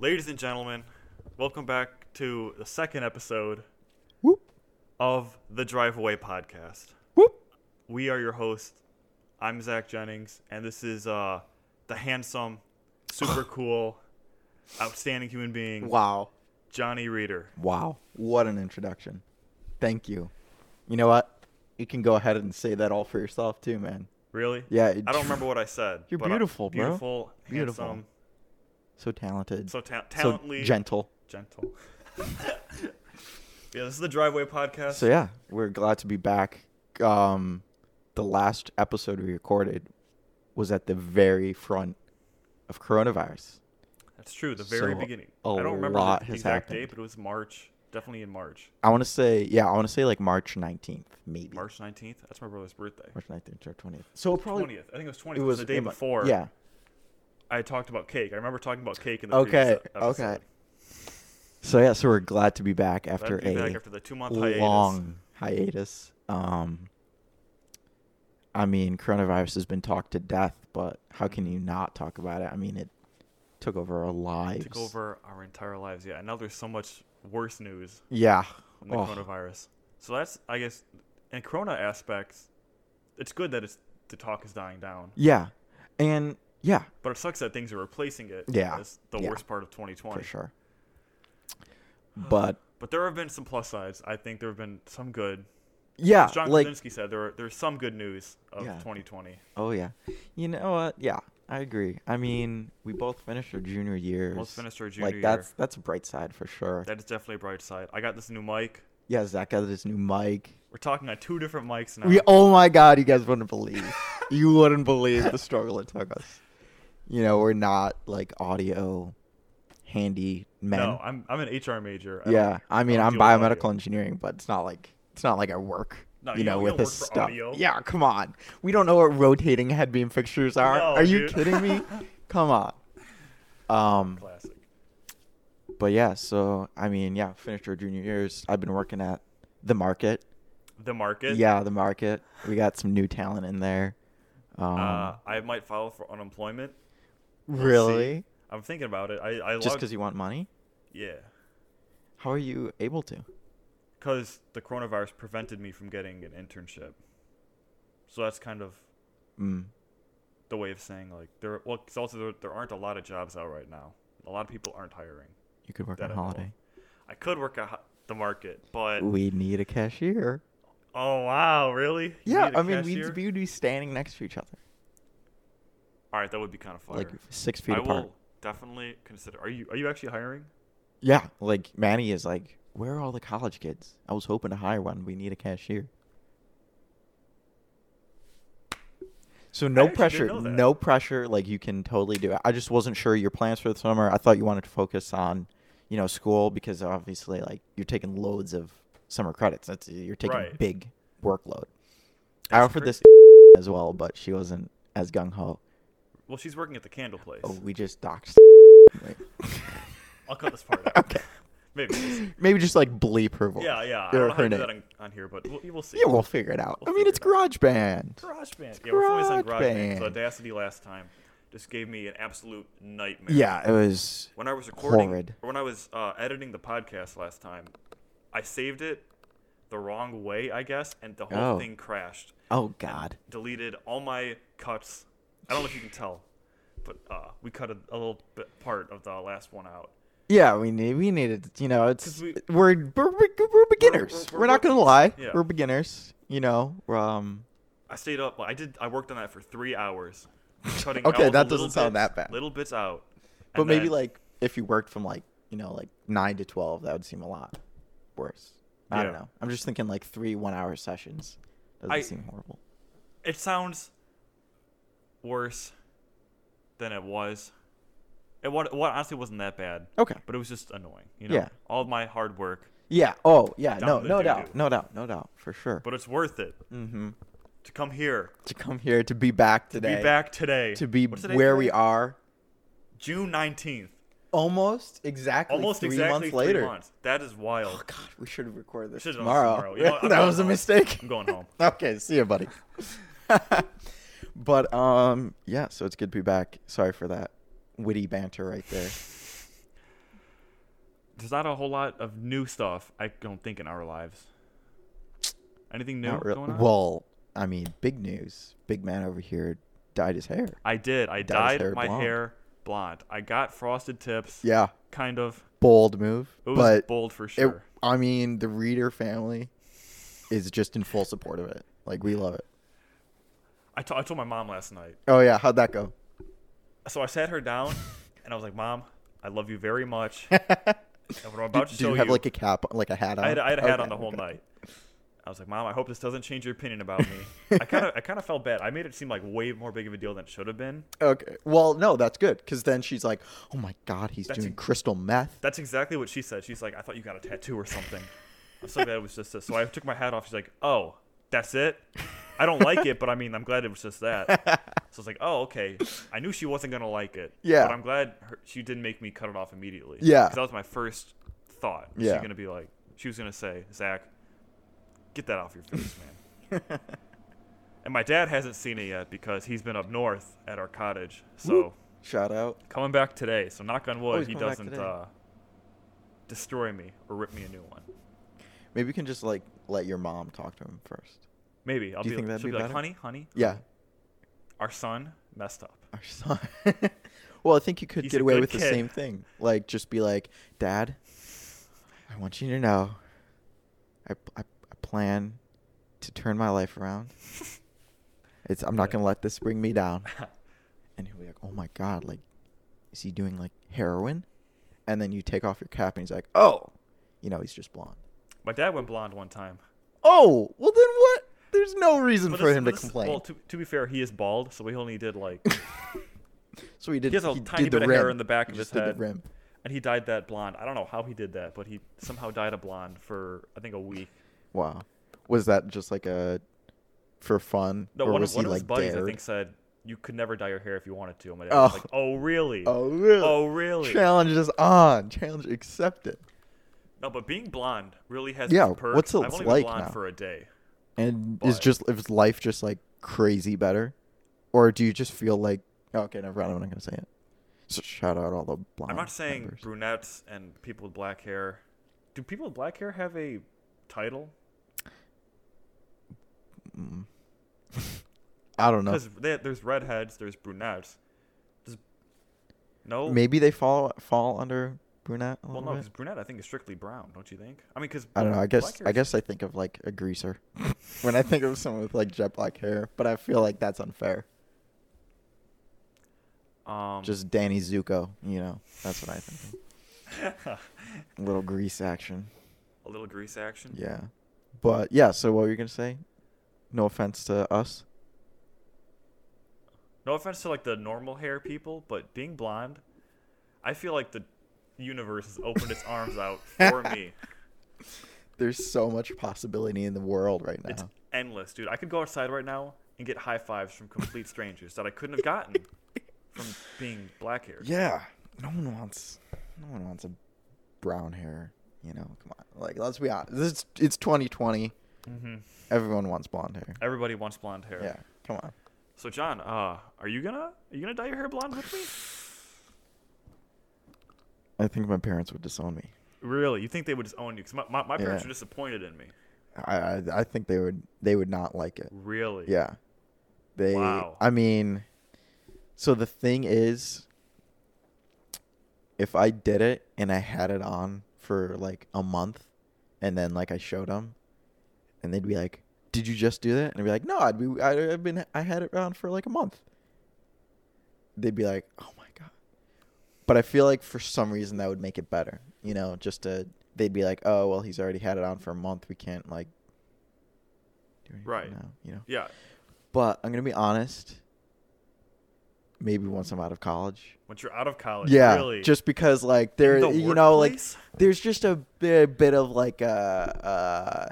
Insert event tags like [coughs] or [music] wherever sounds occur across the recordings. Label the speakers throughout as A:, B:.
A: Ladies and gentlemen, welcome back to the second episode
B: Whoop.
A: of the Drive Away podcast.
B: Whoop.
A: We are your hosts. I'm Zach Jennings, and this is uh, the
B: [laughs]
A: handsome, super cool, outstanding human being,
B: Wow.
A: Johnny Reeder.
B: Wow. What an introduction. Thank you. You know what? You can go ahead and say that all for yourself too, man.
A: Really?
B: Yeah.
A: I don't remember what I said.
B: You're
A: but, uh,
B: beautiful, bro.
A: Beautiful,
B: Beautiful.
A: handsome,
B: So talented.
A: so ta-
B: so
A: talently,
B: gentle.
A: gentle. [laughs] yeah, this is the Driveway podcast.
B: So yeah, we're glad to be back. Um, the last episode we recorded was at the very front of coronavirus.
A: That's true. The very
B: So,
A: beginning.
B: a
A: I don't remember
B: lot
A: the
B: has
A: exact
B: happened.
A: date, but it was March. Definitely in March.
B: I want to say, yeah, I want to say like March 19th, maybe.
A: March 19th. That's my brother's birthday.
B: March 19th or 20th. So probably
A: 20th. I think it was 20th.
B: it was
A: the day
B: in, like-
A: before.
B: Yeah.
A: I talked about cake. I remember talking about cake in the
B: Okay.
A: previous e- episode.
B: Okay. So yeah, so we're glad to be back
A: Glad
B: after
A: to be
B: a
A: back after the two month hiatus.
B: long hiatus. Um, I mean, coronavirus has been talked to death, but how can you not talk about it? I mean, it took over our lives.
A: Took over our entire lives. Yeah. And now there's so much worse news
B: Yeah.
A: than the
B: Oh,
A: coronavirus. So that's I guess in Corona aspects, it's good that it's the talk is dying down.
B: Yeah, and yeah,
A: But it sucks that things are replacing it.
B: Yeah.
A: That's the
B: Yeah.
A: worst part of twenty twenty.
B: for sure. But
A: But there have been some plus sides. I think there have been some good.
B: yeah,
A: As John
B: like
A: Krasinski said, there are, there's some good news of
B: Yeah.
A: 2020.
B: oh yeah, you know what? Yeah, I agree. I mean, we both finished our junior years.
A: Let's finish our junior
B: like that's that's a bright side for sure.
A: year. That is definitely a bright side. I got this new mic.
B: Yeah, Zach got this new mic.
A: We're talking on two different mics now.
B: We oh my god, you guys
A: [laughs]
B: wouldn't believe. you wouldn't believe the struggle it took us. You know, we're not like audio handy men.
A: no, I'm I'm an HR major. I don't-
B: yeah, I mean,
A: don't
B: I'm
A: deal with audio.
B: biomedical engineering, but it's not like it's not like I work.
A: No,
B: you,
A: you
B: know,
A: don't- you
B: with
A: don't
B: this
A: work for
B: stuff.
A: audio.
B: Yeah, come on. We don't know what rotating headbeam fixtures are.
A: No,
B: are you
A: dude. [laughs]
B: kidding me? come on. Um,
A: Classic.
B: but yeah, so I mean, yeah, finished our junior years. I've been working at the market.
A: The market.
B: Yeah, the market. We got some new talent in there. Um,
A: Uh, I might file for unemployment. see.
B: really?
A: I'm thinking about it. I I
B: Just
A: logged-
B: because you want money?
A: yeah,
B: How are you able to?
A: because the coronavirus prevented me from getting an internship. So that's kind of
B: Mm.
A: the way of saying like there. Well, 'cause also there, there aren't a lot of jobs out right now. A lot of people aren't hiring.
B: You could work
A: That
B: on
A: I know
B: holiday.
A: I could work at ho- the market, but
B: We need a cashier.
A: oh wow, really? You
B: Yeah,
A: need a
B: I mean,
A: cashier?
B: we'd, we'd be standing next to each other,
A: All right, that would be kind of fire.
B: like six feet
A: I
B: apart.
A: will definitely consider. Are you are you actually hiring?
B: Yeah, like Manny is like, where are all the college kids? I was hoping to hire one. We need a cashier. So no
A: actually didn't
B: pressure,
A: know that.
B: no pressure. Like you can totally do it. I just wasn't sure your plans for the summer. I thought you wanted to focus on, you know, school because obviously, like you're taking loads of summer credits. That's you're taking
A: Right.
B: big workload. I
A: That's
B: offered
A: cra-
B: this as well, but she wasn't as gung ho.
A: Well, she's working at the candle place.
B: Oh, we just doxed. [laughs] Wait.
A: I'll cut this part out.
B: [laughs] okay.
A: Maybe. it is.
B: Maybe just like bleep her voice.
A: Yeah, yeah. I don't know
B: Or
A: how
B: her
A: to do
B: name.
A: that on, on here, but we'll, we'll see.
B: Yeah, we'll figure it out.
A: We'll
B: I mean,
A: figure
B: it's
A: it out.
B: GarageBand.
A: GarageBand. Yeah, we're always on GarageBand.
B: GarageBand.
A: So Audacity last time just gave me an absolute nightmare.
B: Yeah, it was.
A: When I was recording,
B: Horrid.
A: or when I was uh, editing the podcast last time, I saved it the wrong way, I guess, and the whole
B: Oh.
A: thing crashed.
B: Oh God.
A: Deleted all my cuts. I don't know if you can tell, but uh, we cut a, a little bit part of the last one out.
B: Yeah, we need we needed. You know, it's
A: 'Cause we-
B: we're, we're we're we're beginners. We're,
A: we're
B: not gonna
A: rookies.
B: lie.
A: Yeah.
B: We're beginners. You know. we're, Um.
A: I stayed up. I did. I worked on that for three hours. Cutting
B: Okay,
A: all the
B: that
A: little
B: doesn't sound
A: bits-
B: that bad.
A: Little bits out.
B: But
A: and
B: maybe
A: then-
B: like if you worked from like you know like nine to twelve, that would seem a lot worse. I don't
A: Yeah.
B: know. I'm just thinking like three one-hour sessions. Doesn't
A: I-
B: seem horrible.
A: it sounds worse than it was. It what what honestly wasn't that bad,
B: Okay.
A: but it was just annoying. You know,
B: Yeah.
A: all of my hard work,
B: Yeah. Oh, yeah.
A: Down
B: No,
A: the
B: no
A: doo-doo.
B: doubt. No doubt. No doubt. For sure.
A: but it's worth it
B: mm-hmm.
A: to come here,
B: To come here, to be back today.
A: be back today,
B: To be
A: What's the date
B: where we
A: today?
B: are.
A: June nineteenth,
B: Almost exactly
A: almost
B: three
A: exactly
B: months
A: three
B: later.
A: months. That is
B: Oh
A: wild.
B: god, we should have recorded this
A: Should've done this
B: tomorrow.
A: tomorrow. You know
B: [laughs]
A: what? I'm
B: that
A: going
B: was a
A: home.
B: mistake.
A: I'm going home.
B: [laughs] okay, see you, buddy. but um, yeah. So it's good to be back. Sorry for that witty banter right there.
A: there's not a whole lot of new stuff I don't think in our lives. Anything new
B: Not real-
A: going on?
B: Well, I mean, big news. Big man over here dyed his hair.
A: I did. I dyed
B: Dyed his hair
A: my
B: blonde.
A: hair blonde. I got frosted tips.
B: Yeah,
A: Kind of.
B: bold move.
A: It was
B: but
A: bold for
B: it,
A: sure.
B: I mean, the reader family is just in full support of it. Like we love it.
A: I to- I told my mom last night.
B: Oh yeah, how'd that go? [laughs]
A: So I sat her down and I was like, Mom, I love you very
B: [laughs]
A: much.
B: did,
A: and what I'm about to
B: did
A: show
B: you have
A: you.
B: like a cap, like a hat on?
A: I had, I had a hat
B: Okay,
A: on the whole
B: okay.
A: night. I was like, Mom, I hope this doesn't change your opinion about me. I kind of, I kind of felt bad. I made it seem like way more big of a deal than it should have been.
B: Okay. Well, no, that's good because then she's like, "Oh my god, he's
A: That's
B: doing
A: a-
B: crystal meth."
A: That's exactly what she said. She's like, I thought you got a tattoo or something. I'm so glad it was just this. So I took my hat off. She's like, Oh, that's it. I don't like it, but I mean, [laughs] I'm glad it was just that.
B: [laughs]
A: So I was like, Oh, okay. I knew she wasn't gonna like it.
B: Yeah.
A: But I'm glad her, she didn't make me cut it off immediately.
B: Yeah.
A: 'Cause that was my first thought. Was
B: Yeah.
A: She gonna be like, she was gonna say, Zach, get that off your face, man. and my dad hasn't seen it yet because he's been up north at our cottage. So
B: Shout out.
A: coming back today. So knock on wood,
B: Oh, he's
A: he
B: coming back
A: doesn't
B: today.
A: uh, destroy me or rip me a new one.
B: Maybe you can just like let your mom talk to him first.
A: Maybe I'll
B: Do
A: be,
B: you think
A: like,
B: that'd
A: she'll
B: be
A: be like,
B: better?
A: honey, honey,
B: Yeah.
A: our son messed up.
B: Our son. [laughs] well, I think you could
A: He's
B: get
A: a
B: away
A: good
B: with the
A: kid.
B: same thing. Like, just be like, Dad, I want you to know I, I, I plan to turn my life around. It's I'm not
A: Yeah.
B: going to let this bring me down. And he'll be like, oh my God, like, is he doing like heroin? And then you take off your cap and he's like, oh, you know, he's just blonde.
A: [laughs] My dad went blonde one time.
B: Oh, well, then what? There's no reason
A: But
B: for
A: this-
B: him
A: but
B: to
A: this-
B: complain.
A: Well, to, to be fair, he is bald, so he only did like,
B: [laughs] so he did.
A: he has a
B: did
A: tiny
B: the
A: bit of hair
B: rim.
A: in the back
B: He
A: of
B: just
A: his
B: did the
A: head.
B: rim.
A: and he dyed that blonde. I don't know how he did that, but he somehow dyed a blonde for I think a week.
B: Wow. Was that just like a for fun?
A: No,
B: or
A: one,
B: was
A: of, one
B: he
A: of his
B: like
A: buddies
B: dared?
A: I think said you could never dye your hair if you wanted to. And my dad was
B: Oh.
A: like, "Oh really?
B: Oh really?
A: Oh, really?
B: Challenge is on. Challenge accepted.
A: No, but being blonde really has
B: Yeah,
A: its perks.
B: what's it
A: I've only
B: like
A: been blonde
B: now?
A: for a day.
B: And is
A: But-
B: just is life just like crazy better, or do you just feel like okay? Never mind. I'm not gonna say it. So shout out all the blonde.
A: I'm not saying
B: members.
A: brunettes and people with black hair. Do people with black hair have a title?
B: Mm. I don't know.
A: Because there's redheads, there's brunettes. Does, no.
B: Maybe they fall fall under brunette a
A: Well,
B: little
A: no,
B: bit.
A: because brunette I think is strictly brown, don't you think? I mean, because
B: I don't know. I guess I guess [laughs] I think of like a greaser [laughs] when I think of someone with like jet black hair, but I feel like that's unfair.
A: um,
B: Just Danny Zuko, you know. That's what I think.
A: [laughs]
B: of. Little grease action.
A: a little grease action.
B: Yeah. But yeah, so what were you gonna say? No offense to us.
A: No offense to like the normal hair people, but being blonde, I feel like the universe has opened its arms out for
B: [laughs]
A: me.
B: Uh-huh. There's so much possibility in the world right now.
A: It's endless, dude. I could go outside right now and get high fives from complete strangers that I couldn't have gotten from being black haired.
B: yeah. No one wants no one wants a brown hair, you know. Come on. Like let's be honest. This is- it's twenty twenty. Mm-hmm.
A: hmm
B: Everyone wants blonde hair.
A: Everybody wants blonde hair.
B: Yeah. Come on.
A: So John, uh, are you gonna are you gonna dye your hair blonde with me?
B: I think my parents would disown me.
A: Really? You think they would disown you? Because my, my, my parents
B: Yeah.
A: are disappointed in me.
B: I, I I think they would they would not like it.
A: Really?
B: Yeah. They
A: Wow.
B: I mean so the thing is if I did it and I had it on for like a month and then like I showed them and they'd be like, "Did you just do that?" And I'd be like, "No, I'd be I, I've been I had it on for like a month." They'd be like, "Oh my god." But I feel like for some reason that would make it better. You know, just to they'd be like, "Oh, well, he's already had it on for a month. We can't like do anything
A: Right.
B: now." You know.
A: Yeah.
B: But I'm gonna be honest. Maybe once I'm out of college.
A: Once you're out of college,
B: yeah,
A: Oh, really.
B: just because like
A: In
B: there,
A: the
B: you know, like
A: workplace?
B: there's just a bit, bit of like uh, uh,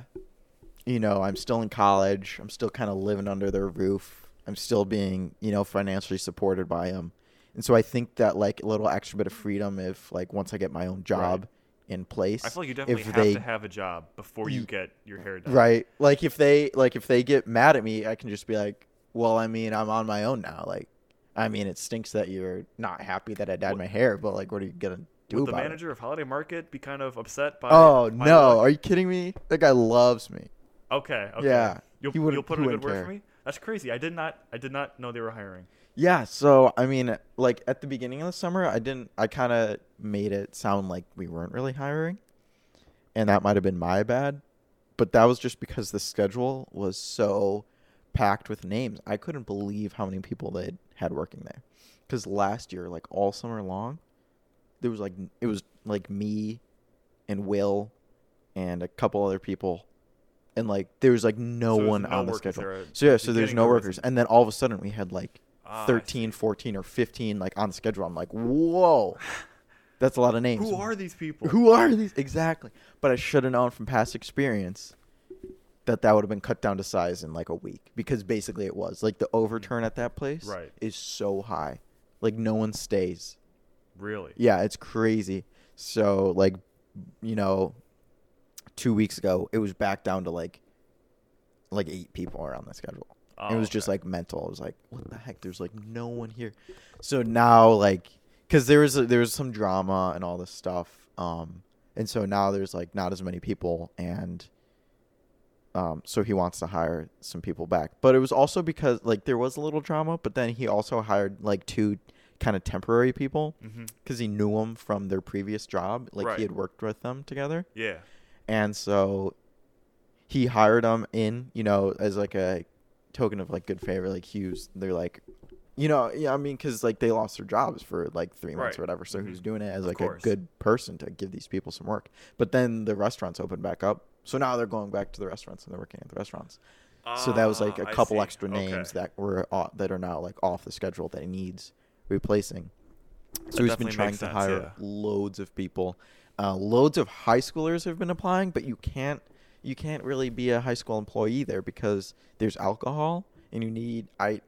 B: you know, I'm still in college. I'm still kind of living under their roof. I'm still being, you know, financially supported by them. And so I think that like a little extra bit of freedom if like once I get my own job in place,
A: I feel like you definitely
B: if
A: have
B: they
A: to have a job before you
B: Ye-
A: get your hair done.
B: Right. Like if they like if they get mad at me, I can just be like, "Well, I mean, I'm on my own now." Like, I mean, it stinks that you're not happy that I dyed my hair, but like, what are you gonna do
A: Would the
B: about it?
A: manager of Holiday Market be kind of upset by?
B: Oh
A: by
B: no! Are you kidding me? That guy loves me.
A: that? Okay. Okay.
B: Yeah,
A: You'll,
B: he wouldn't-
A: you'll put in
B: he
A: a
B: wouldn't
A: good word
B: care.
A: for me. That's crazy. I did not. I did not know they were hiring.
B: Yeah. So I mean, like at the beginning of the summer, I didn't. I kind of made it sound like we weren't really hiring, and that might have been my bad. But that was just because the schedule was so packed with names. I couldn't believe how many people they had working there. Because last year, like all summer long, there was like it was like me and Will and a couple other people, and like there was like no
A: So there's
B: one
A: no
B: on the
A: workers
B: schedule.
A: there at
B: So yeah,
A: the
B: so there's
A: beginning
B: no
A: of the
B: workers,
A: season.
B: and then all of a sudden we had like
A: Ah, I
B: 13, 14, or 15 like on the schedule. I'm
A: [sighs]
B: like, whoa, that's a lot of names.
A: Who are these people?
B: Who are these exactly? But I should have known from past experience that that would have been cut down to size in like a week because basically it was like the overturn at that place
A: Right.
B: is so high, like no one stays.
A: [laughs] Really?
B: Yeah, it's crazy. So like, you know, two weeks ago it was back down to like, like eight people are on the schedule. it
A: Oh,
B: was just
A: okay.
B: like mental. It was like, what the heck? There's like no one here. So now like, because there was there was some drama and all this stuff. Um, and so now there's like not as many people and. Um, so he wants to hire some people back, but it was also because like there was a little drama, but then he also hired like two kind of temporary people
A: Mm-hmm.
B: because he knew them from their previous job. Like
A: Right.
B: he had worked with them together,
A: Yeah.
B: and so he hired them in, you know, as like a token of like good favor. Like Hughes, they're like, you know, yeah, I mean, because like they lost their jobs for like three months or
A: Right.
B: whatever. So he was
A: Mhm.
B: doing it as
A: Of
B: like a
A: course.
B: good person to give these people some work. But then the restaurants opened back up, so now they're going back to the restaurants and they're working at the restaurants. So that was like a
A: Ah, I
B: couple
A: see.
B: extra names
A: Okay.
B: that were uh, that are now like off the schedule that he needs replacing. So
A: That
B: he's been
A: definitely
B: trying to
A: makes sense,
B: hire
A: yeah.
B: loads of people. Uh, loads of high schoolers have been applying, but you can't you can't really be a high school employee there because there's alcohol and you need I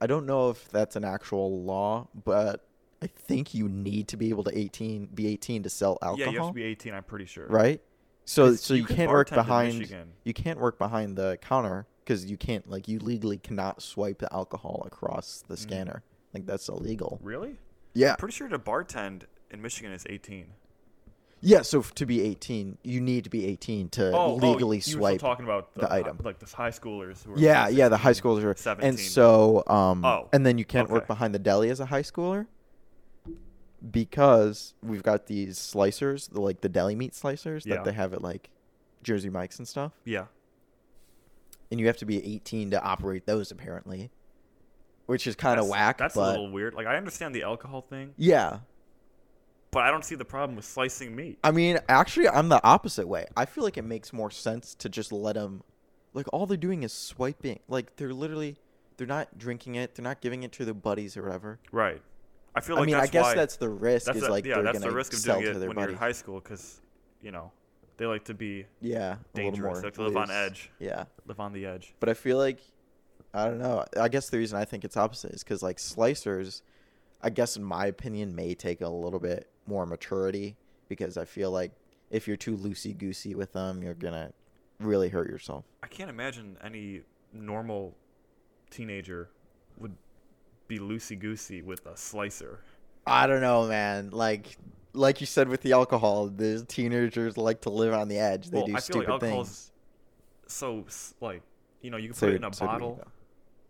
B: I don't know if that's an actual law, but I think you need to be able to 18 be 18 to sell alcohol
A: Yeah, you have to be 18. I'm pretty sure.
B: right? So
A: It's-
B: so
A: you
B: you,
A: can
B: can't work
A: bartend in
B: behind
A: Michigan.
B: you can't work behind the counter because you can't like you legally cannot swipe the alcohol across
A: Mm.
B: the scanner. Like that's illegal.
A: Really?
B: Yeah.
A: I'm pretty sure to bartend in Michigan is 18.
B: Uh, Yeah. So f- to be 18, you need to be 18
A: Oh,
B: to legally
A: you were
B: swipe.
A: still talking about the, uh,
B: the item.
A: like the high schoolers. Who are
B: yeah, yeah, the high
A: 16.
B: schoolers are
A: 17.
B: and so um
A: Oh,
B: and then you can't work
A: okay.
B: behind the deli as a high schooler because we've got these slicers, the, like the deli meat slicers
A: Yeah.
B: that they have at like Jersey Mike's and stuff.
A: Yeah.
B: and you have to be 18 to operate those apparently, which is kind of
A: That's-
B: whack.
A: That's
B: but
A: a little weird. Like I understand the alcohol thing,
B: yeah,
A: but I don't see the problem with slicing meat.
B: I mean, actually, I'm the opposite way. I feel like it makes more sense to just let them, like all they're doing is swiping. Like they're literally, they're not drinking it. They're not giving it to their buddies or whatever.
A: Right. I feel like
B: I mean, I
A: that's
B: guess
A: why,
B: that's the risk
A: that's
B: is
A: the-
B: like
A: yeah,
B: they're
A: that's
B: gonna
A: the risk of
B: sell
A: doing
B: to
A: it
B: their
A: when you're
B: buddies.
A: in high school because you know they like to be
B: yeah, a little
A: dangerous.
B: more
A: They like to live on
B: loose.
A: edge.
B: Yeah,
A: live on the edge.
B: but I feel like I don't know. I guess the reason I think it's opposite is because like slicers, I guess in my opinion, may take a little bit more maturity because I feel like if you're too loosey goosey with them, you're gonna really hurt yourself.
A: I can't imagine any normal teenager would be loosey goosey with a slicer.
B: I don't know, man. Like like you said with the alcohol, the teenagers like to live on the edge. They
A: Well,
B: do
A: I feel like
B: stupid
A: alcohol's
B: things.
A: So s- like you know you can
B: So
A: put
B: do-
A: it in a
B: so do we,
A: bottle.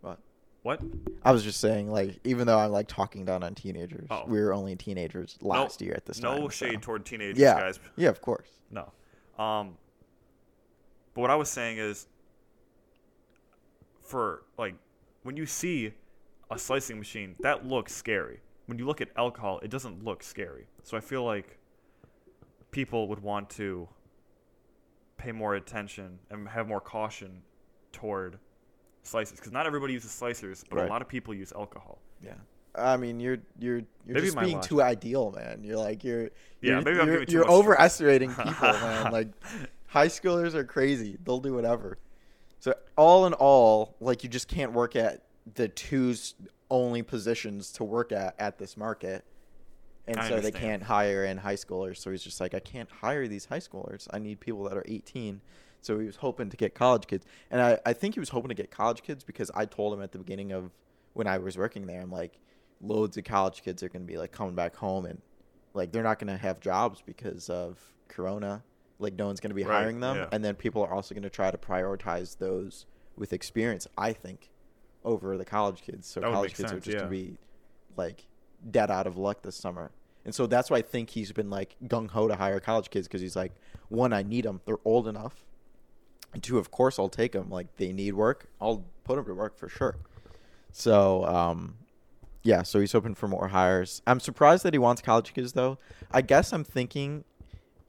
B: though. What?
A: What?
B: I was just saying, like, even though I'm like talking down on teenagers,
A: Oh.
B: we were only teenagers last year at this
A: no
B: time.
A: No
B: so-
A: shade toward teenagers,
B: yeah,
A: guys.
B: yeah, of course.
A: No. Um, but what I was saying is, for like, when you see a slicing machine, that looks scary. When you look at alcohol, it doesn't look scary. So I feel like people would want to pay more attention and have more caution toward slicers because not everybody uses slicers, but
B: Right.
A: a lot of people use alcohol.
B: Yeah. I mean, you're you're you're
A: Maybe
B: just
A: my
B: being
A: logic.
B: too ideal, man. You're like you're
A: Yeah,
B: you're,
A: maybe I'm
B: you're,
A: giving too
B: you're
A: much stress. [laughs]
B: overestimating people, man. Like high schoolers are crazy. They'll do whatever. So all in all, like you just can't work at the two s- only positions to work at at this market. And
A: I
B: so they
A: understand.
B: can't hire in high schoolers. So he's just like, I can't hire these high schoolers. I need people that are 18. So he was hoping to get college kids. And I, I think he was hoping to get college kids because I told him at the beginning of when I was working there, I'm like, loads of college kids are going to be like coming back home and like they're not going to have jobs because of corona like no one's going to be
A: Right,
B: hiring them
A: yeah.
B: and then people are also going to try to prioritize those with experience i think over the college kids so
A: That would
B: college
A: make
B: kids are
A: sense,
B: just going to
A: yeah.
B: be like dead out of luck this summer and so that's why i think he's been like gung-ho to hire college kids because he's like one i need them they're old enough and two of course i'll take them like they need work i'll put them to work for sure so um yeah, so he's hoping for more hires. I'm surprised that he wants college kids though. I guess I'm thinking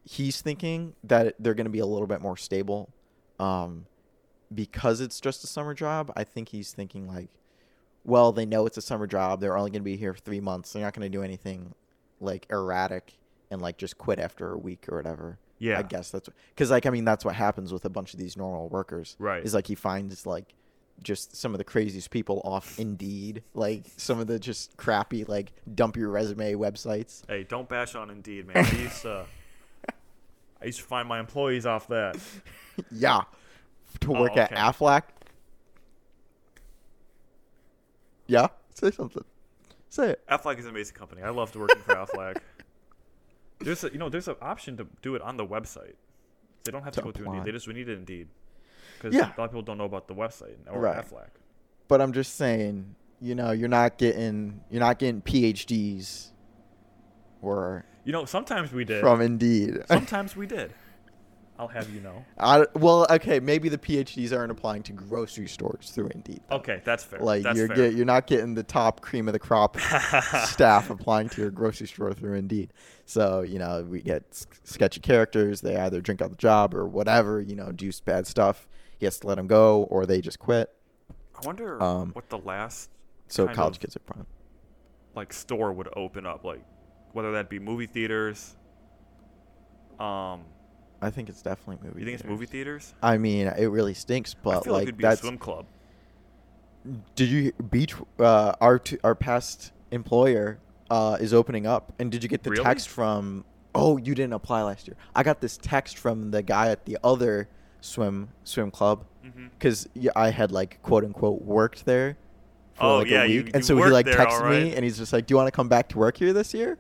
B: he's thinking that they're going to be a little bit more stable um because it's just a summer job. I think he's thinking like well, they know it's a summer job. They're only going to be here 3 months. They're not going to do anything like erratic and like just quit after a week or whatever.
A: Yeah.
B: I guess that's cuz like I mean that's what happens with a bunch of these normal workers.
A: Right.
B: Is like he finds like just some of the craziest people off Indeed, like some of the just crappy like dump your resume websites.
A: Hey, don't bash on Indeed,
B: [laughs]
A: man. uh, I used to, I used to find my employees off that.
B: [laughs] yeah, to
A: Oh,
B: work at
A: okay.
B: Aflac. Yeah, say something. Say it.
A: Aflac is an amazing company. I loved working for
B: [laughs]
A: Aflac. There's a, you know there's an option to do it on the website. They don't have to,
B: To
A: go through
B: apply.
A: Indeed. They just need it Indeed because
B: Yeah.
A: a lot of people don't know about the website or
B: Right.
A: Aflac.
B: But I'm just saying, you know, you're not getting you're not getting PhDs, or
A: You know, sometimes we did.
B: from Indeed. [laughs]
A: Sometimes we did. I'll have you know.
B: I, well, okay, maybe the PhDs aren't applying to grocery stores through Indeed.
A: Okay, that's fair.
B: Like
A: that's
B: you're
A: fair.
B: get, you're not getting the top cream of
A: [laughs]
B: the crop staff applying to your grocery store through Indeed. So you know we get s- sketchy characters. They either drink out the job or whatever. You know, do s- bad stuff. He has to let them go, or they just quit.
A: I wonder
B: um,
A: what the last
B: So
A: kind
B: college
A: of,
B: kids are prime.
A: like store would open up, like whether that be movie theaters. Um,
B: I think it's definitely movie.
A: you think it's movie theaters?
B: I mean, it really stinks, but
A: I feel like,
B: like
A: it'd be
B: that's.
A: a swim club.
B: Did you beach? Uh, our t- our past employer uh, is opening up, and did you get the
A: Really?
B: text from? Oh, you didn't apply last year. I got this text from the guy at the other swim swim club
A: Mhm.
B: because I had like quote unquote worked there for
A: Oh,
B: like
A: yeah,
B: a
A: you-
B: week, and
A: you
B: so he
A: worked
B: like
A: there,
B: texted me
A: alright.
B: and he's just like, "Do you want to come back to work here this year?"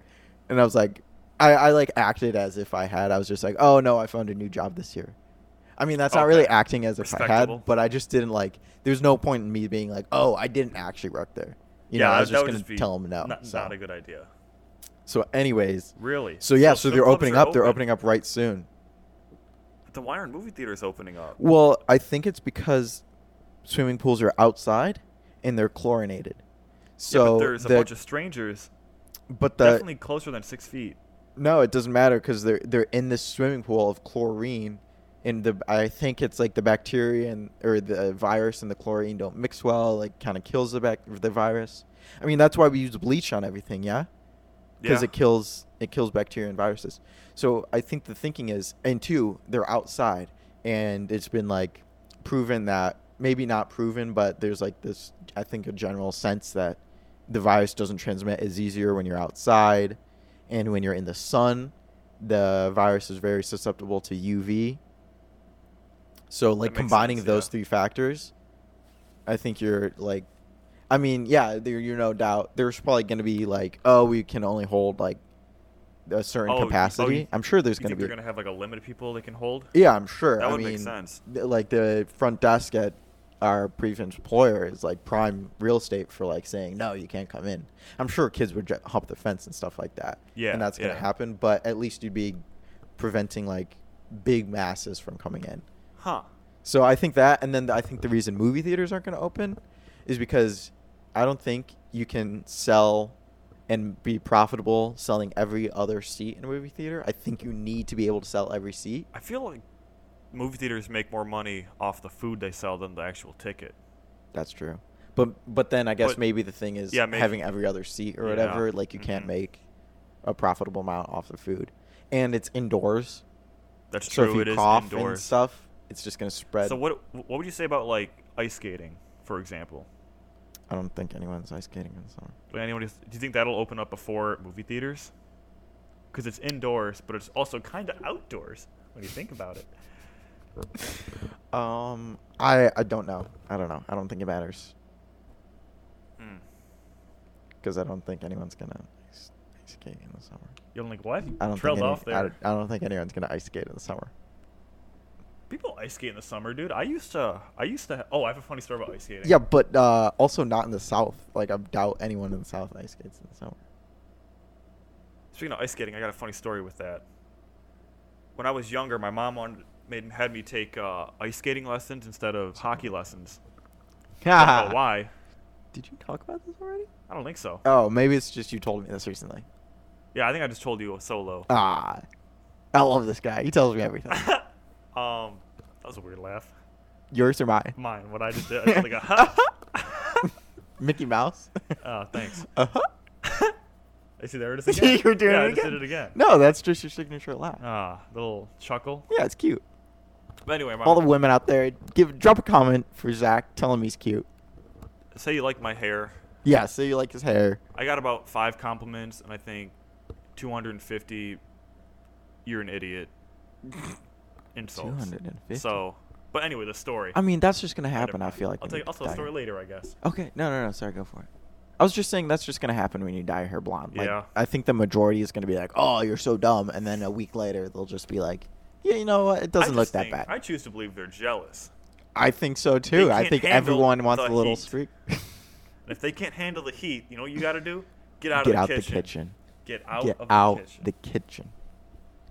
B: And I was like, I, I like acted as if I had. I was just like, "Oh no, I found a new job this year." I mean, that's not
A: Okay.
B: really acting as if I
A: Respectable.
B: had, but I just didn't like. There's no point in me being like, "Oh, I didn't actually work there." You know, I was
A: that
B: just
A: would
B: gonna
A: be
B: tell him no.
A: Not,
B: so.
A: not a good idea.
B: so, anyways,
A: Really.
B: so yeah, so
A: swim
B: they're
A: clubs
B: opening
A: are
B: up. They're
A: open.
B: opening up right soon.
A: Then why aren't movie theaters opening up?
B: Well, I think it's because swimming pools are outside and they're chlorinated. So
A: yeah, but there's a
B: the-
A: bunch of strangers,
B: but the
A: definitely closer than six feet.
B: no, it doesn't matter because they're they're in this swimming pool of chlorine, and the I think it's like the bacteria and or the virus and the chlorine don't mix well, like kind of kills the bac- the virus. I mean that's why we use bleach on everything, yeah,
A: Yeah.
B: because it kills it kills bacteria and viruses. So I think the thinking is, and two, they're outside, and it's been like proven that maybe not proven, but there's like this I think a general sense that the virus doesn't transmit as easier when you're outside and when you're in the sun the virus is very susceptible to uv so like
A: makes
B: combining
A: sense,
B: those
A: yeah.
B: three factors i think you're like i mean yeah there you're no doubt there's probably going to be like oh we can only hold like a certain
A: Oh, oh, you-
B: capacity i'm sure there's
A: you
B: going to
A: think
B: be
A: they're gonna have like a limit of people they can hold?
B: yeah, I'm sure.
A: That
B: I
A: would
B: mean,
A: make sense.
B: th- Like the front desk at our previous employer is like prime real estate for like saying no, you can't come in. I'm sure kids would ju- hop the fence and stuff like that.
A: Yeah,
B: and that's gonna
A: yeah.
B: happen. But at least you'd be preventing like big masses from coming in.
A: Huh.
B: So I think that, and then I think the reason movie theaters aren't going to open is because I don't think you can sell and be profitable selling every other seat in a movie theater. I think you need to be able to sell every seat.
A: I feel like movie theaters make more money off the food they sell than the actual ticket.
B: That's true. But but then I guess
A: But-
B: maybe the thing is
A: yeah, maybe-
B: having every other seat or
A: Yeah.
B: whatever, like you can't
A: Mhm.
B: make a profitable amount off the food. And it's indoors.
A: That's
B: so
A: true.
B: if
A: It
B: you
A: is
B: cough and
A: indoors.
B: stuff, it's just gonna spread.
A: So what what would you say about like ice skating, for example?
B: I don't think anyone's ice skating in summer.
A: Would anyone just- do you think that'll open up before movie theaters? Because it's indoors, but it's also kind of outdoors when you think about it.
B: Um I I don't know. I don't know. I don't think it matters.
A: Hmm.
B: Because I don't think anyone's gonna ice, ice skate in the summer.
A: You're like, what?
B: I don't
A: Trailed
B: think any-
A: off there.
B: I, don't, I don't think anyone's gonna ice skate in the summer.
A: People ice skate in the summer, dude. I used to. I used to. Oh, I have a funny story about ice skating.
B: Yeah, but uh, also not in the south. Like I doubt anyone in the south ice skates in the summer.
A: Speaking of ice skating, I got a funny story with that. When I was younger, my mom wanted, made had me take uh, ice skating lessons instead of hockey
B: [laughs]
A: lessons. [laughs] I don't know why.
B: Did you talk about this already?
A: I don't think so.
B: Oh, maybe it's just you told me this recently.
A: Yeah, I think I just told you it was solo.
B: Ah, I love this guy. He tells me everything.
A: [laughs] Um, that was a weird laugh.
B: Yours or mine?
A: [laughs] Mine, what I just did. I just like a [laughs]
B: [laughs]
A: ha.
B: Mickey Mouse.
A: Oh, thanks.
B: Uh-huh.
A: [laughs] I see there it is
B: [laughs]
A: again.
B: you were doing
A: yeah,
B: it
A: I
B: again.
A: just did it again.
B: No, that's just your signature laugh.
A: Ah, little chuckle.
B: yeah, it's cute.
A: But anyway, my,
B: All the women out there, give drop a comment for Zach. Tell him he's cute.
A: say you like my hair.
B: Yeah, so you like his hair.
A: I got about five compliments, and I think 250. You're an
B: [laughs]
A: idiot. Insults.
B: 250?
A: So, but anyway, the story.
B: I mean, that's just gonna
A: Never
B: happen. I
A: mind.
B: feel like.
A: I'll
B: when
A: tell
B: you
A: you. I'll tell the
B: dye
A: story
B: your-
A: later, I guess.
B: Okay, no, no, no. Sorry, go for it. I was just saying that's just gonna happen when you dye your hair blonde. Like,
A: Yeah.
B: I think the majority is gonna be like, "Oh, you're so dumb," and then a week later they'll just be like, "Yeah, you know what? It
A: I
B: doesn't look
A: just
B: that
A: think-
B: bad."
A: I
B: I,
A: choose to believe they're jealous.
B: think so too. I
A: can't
B: think
A: handle
B: everyone wants
A: the
B: a little
A: heat.
B: streak.
A: [laughs] And if they can't handle the heat, you know what you got to do? Get out
B: Get
A: of
B: out
A: the
B: the
A: kitchen.
B: kitchen.
A: Get out
B: Get
A: of
B: out
A: the kitchen.
B: the kitchen,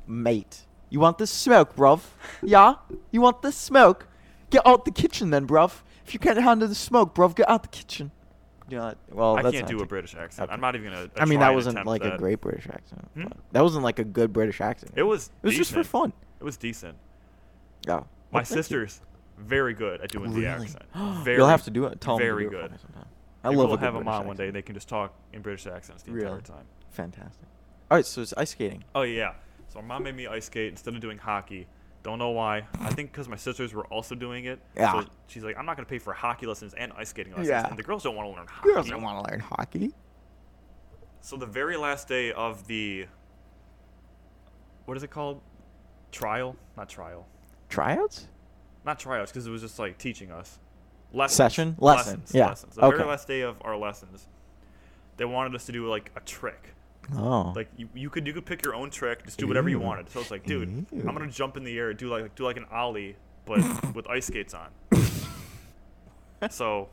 B: mate. You want the
A: [laughs]
B: smoke, bruv? Yeah, you want the smoke? Get out the kitchen, then, bruv. If you can't handle the smoke, bruv, get out the kitchen. You know, well,
A: I
B: that's
A: can't
B: not
A: do a
B: too-
A: British accent.
B: Okay.
A: I'm not even gonna.
B: I mean,
A: try
B: that
A: and
B: wasn't
A: attempt
B: like a
A: that.
B: great British accent.
A: Hmm?
B: but That wasn't like a good British accent.
A: It was.
B: It was just for
A: decent.
B: fun.
A: It was decent.
B: Yeah. Well,
A: My
B: thank you.
A: sister's very good at doing
B: Really?
A: the accent. Very,
B: [gasps] You'll have to do it. Tell 'em to
A: very
B: do it for
A: good.
B: me sometime.
A: I
B: I love
A: love will
B: a good
A: have a
B: British
A: mom one day.
B: accent.
A: They can just talk in British accents the
B: Really?
A: entire time.
B: Fantastic. All right, so it's ice skating.
A: Oh yeah. So my mom made me ice skate instead of doing hockey. Don't know why. I think because my sisters were also doing it.
B: Yeah.
A: So she's like, I'm not gonna pay for hockey lessons and ice skating lessons.
B: Yeah.
A: And the girls don't want to learn hockey.
B: Girls don't want to learn hockey.
A: So the very last day of the what is it called? Trial? Not trial.
B: Tryouts?
A: Not tryouts because it was just like teaching us. Lessons.
B: Session? Lesson,
A: Lessons.
B: yeah.
A: Lessons. The
B: Okay.
A: very last day of our lessons, they wanted us to do like a trick.
B: Oh.
A: Like you, you could you could pick your own trick, just do whatever you
B: Ew.
A: wanted. So it's like, dude,
B: Ew.
A: I'm gonna jump in the air, do like do like an ollie, but
B: [laughs]
A: with ice skates on. so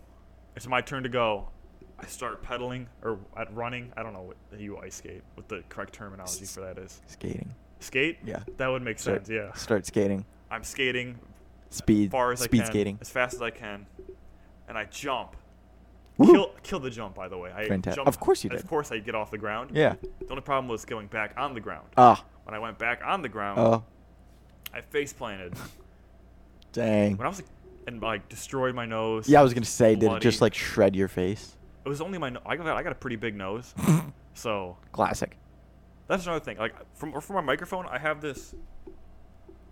A: it's my turn to go. I start pedaling or at running. I don't know what you ice skate. What the correct terminology for that is?
B: skating.
A: Skate.
B: Yeah.
A: That would make
B: Start-
A: sense. Yeah.
B: Start skating.
A: I'm skating
B: Speed.
A: far as
B: speed
A: I can,
B: skating.
A: as fast as I can, and I jump.
B: Woo.
A: Kill, kill the jump, by the way. I
B: Fantastic.
A: jump-
B: Of course you
A: and Of
B: did.
A: course, I get off the ground.
B: Yeah.
A: The only problem was going back on the ground.
B: Ah.
A: when I went back on the ground,
B: Oh.
A: I face planted. [laughs]
B: Dang.
A: When I was like, and like destroyed my nose.
B: Yeah, I was gonna say, did it just
A: bloody.
B: like shred your face?
A: It was only my. No- I got I got a pretty big
B: [laughs]
A: nose, so
B: Classic.
A: that's another thing. Like from from my microphone, I have this.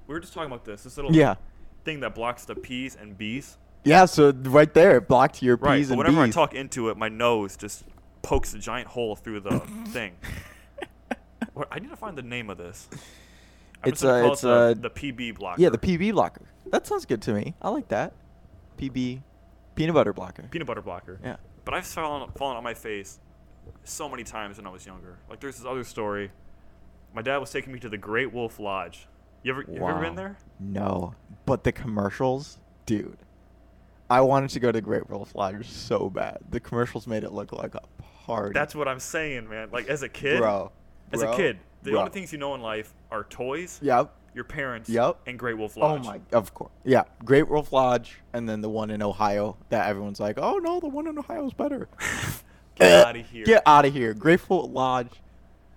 A: We were just talking about this. This little
B: Yeah.
A: thing that blocks the P's and B's.
B: Yeah. So right there, it blocked your
A: Right.
B: P's
A: But
B: and
A: whenever
B: B's.
A: I talk into it, my nose just pokes a giant hole through the
B: [laughs]
A: thing. What, I need to find the name of this. I'm
B: It's
A: just gonna
B: a-
A: call
B: it's
A: it the,
B: a-
A: the PB block.
B: Yeah, the PB blocker. That sounds good to me. I like that. PB, peanut butter blocker.
A: peanut butter blocker.
B: Yeah.
A: But I've fallen, fallen on my face so many times when I was younger. Like there's this other story. My dad was taking me to the Great Wolf Lodge. You ever, you ever
B: Wow.
A: been there?
B: No, but the commercials, dude. I wanted to go to Great Wolf Lodge so bad. The commercials made it look like a party.
A: That's what I'm saying, man. Like as a kid,
B: bro.
A: as
B: bro,
A: a kid, the
B: bro.
A: only things you know in life are toys,
B: Yep.
A: your parents,
B: Yep.
A: and Great Wolf
B: Oh
A: Lodge. [laughs]
B: my, of course. Yeah, Great Wolf Lodge, and then the one in Ohio that everyone's like, oh no, the one in Ohio is better.
A: [laughs] Get out of here.
B: Get out of here. Grateful Lodge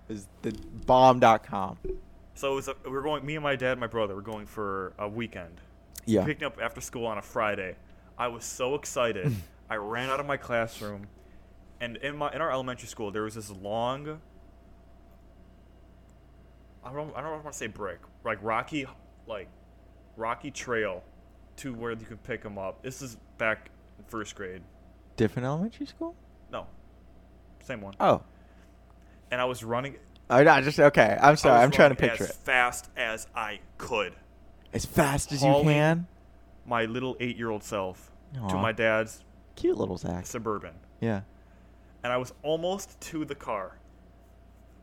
B: is the bomb.com.
A: So it was a, we were going. Me and my dad, and my brother, were going for a weekend.
B: Yeah.
A: Picked me up after school on a Friday. I was so excited.
B: [laughs]
A: I ran out of my classroom, and in my in our elementary school there was this long. I don't I don't want to say brick like rocky like rocky trail to where you could pick them up. This is back in first grade.
B: Different elementary school?
A: No, same one.
B: Oh.
A: And I was running.
B: Oh, no, just okay. I'm
A: I
B: sorry.
A: was
B: I'm trying to
A: running
B: picture
A: as
B: it.
A: fast as I could.
B: As fast as you
A: hauling-
B: can.
A: my little eight year old self to
B: Aw.
A: my dad's
B: Cute little Zach.
A: suburban.
B: Yeah.
A: And I was almost to the car.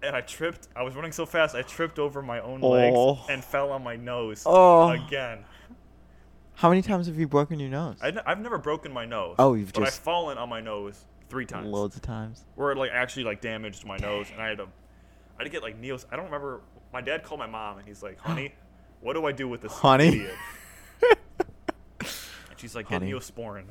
A: and I tripped. I was running so fast, I tripped over my own legs
B: Oh.
A: and fell on my nose
B: Oh.
A: again.
B: How many times have you broken your nose?
A: I n- I've never broken my nose.
B: Oh, you've
A: but
B: just-
A: I've fallen on my nose three times.
B: Loads of times.
A: where it like actually like damaged my nose and I had to I had to get like needles. I don't remember my dad called my mom and
B: [gasps]
A: he's like, Honey, what do I do with this
B: Honey? [laughs]
A: idiot? and she's like, Get
B: Honey.
A: Neosporin.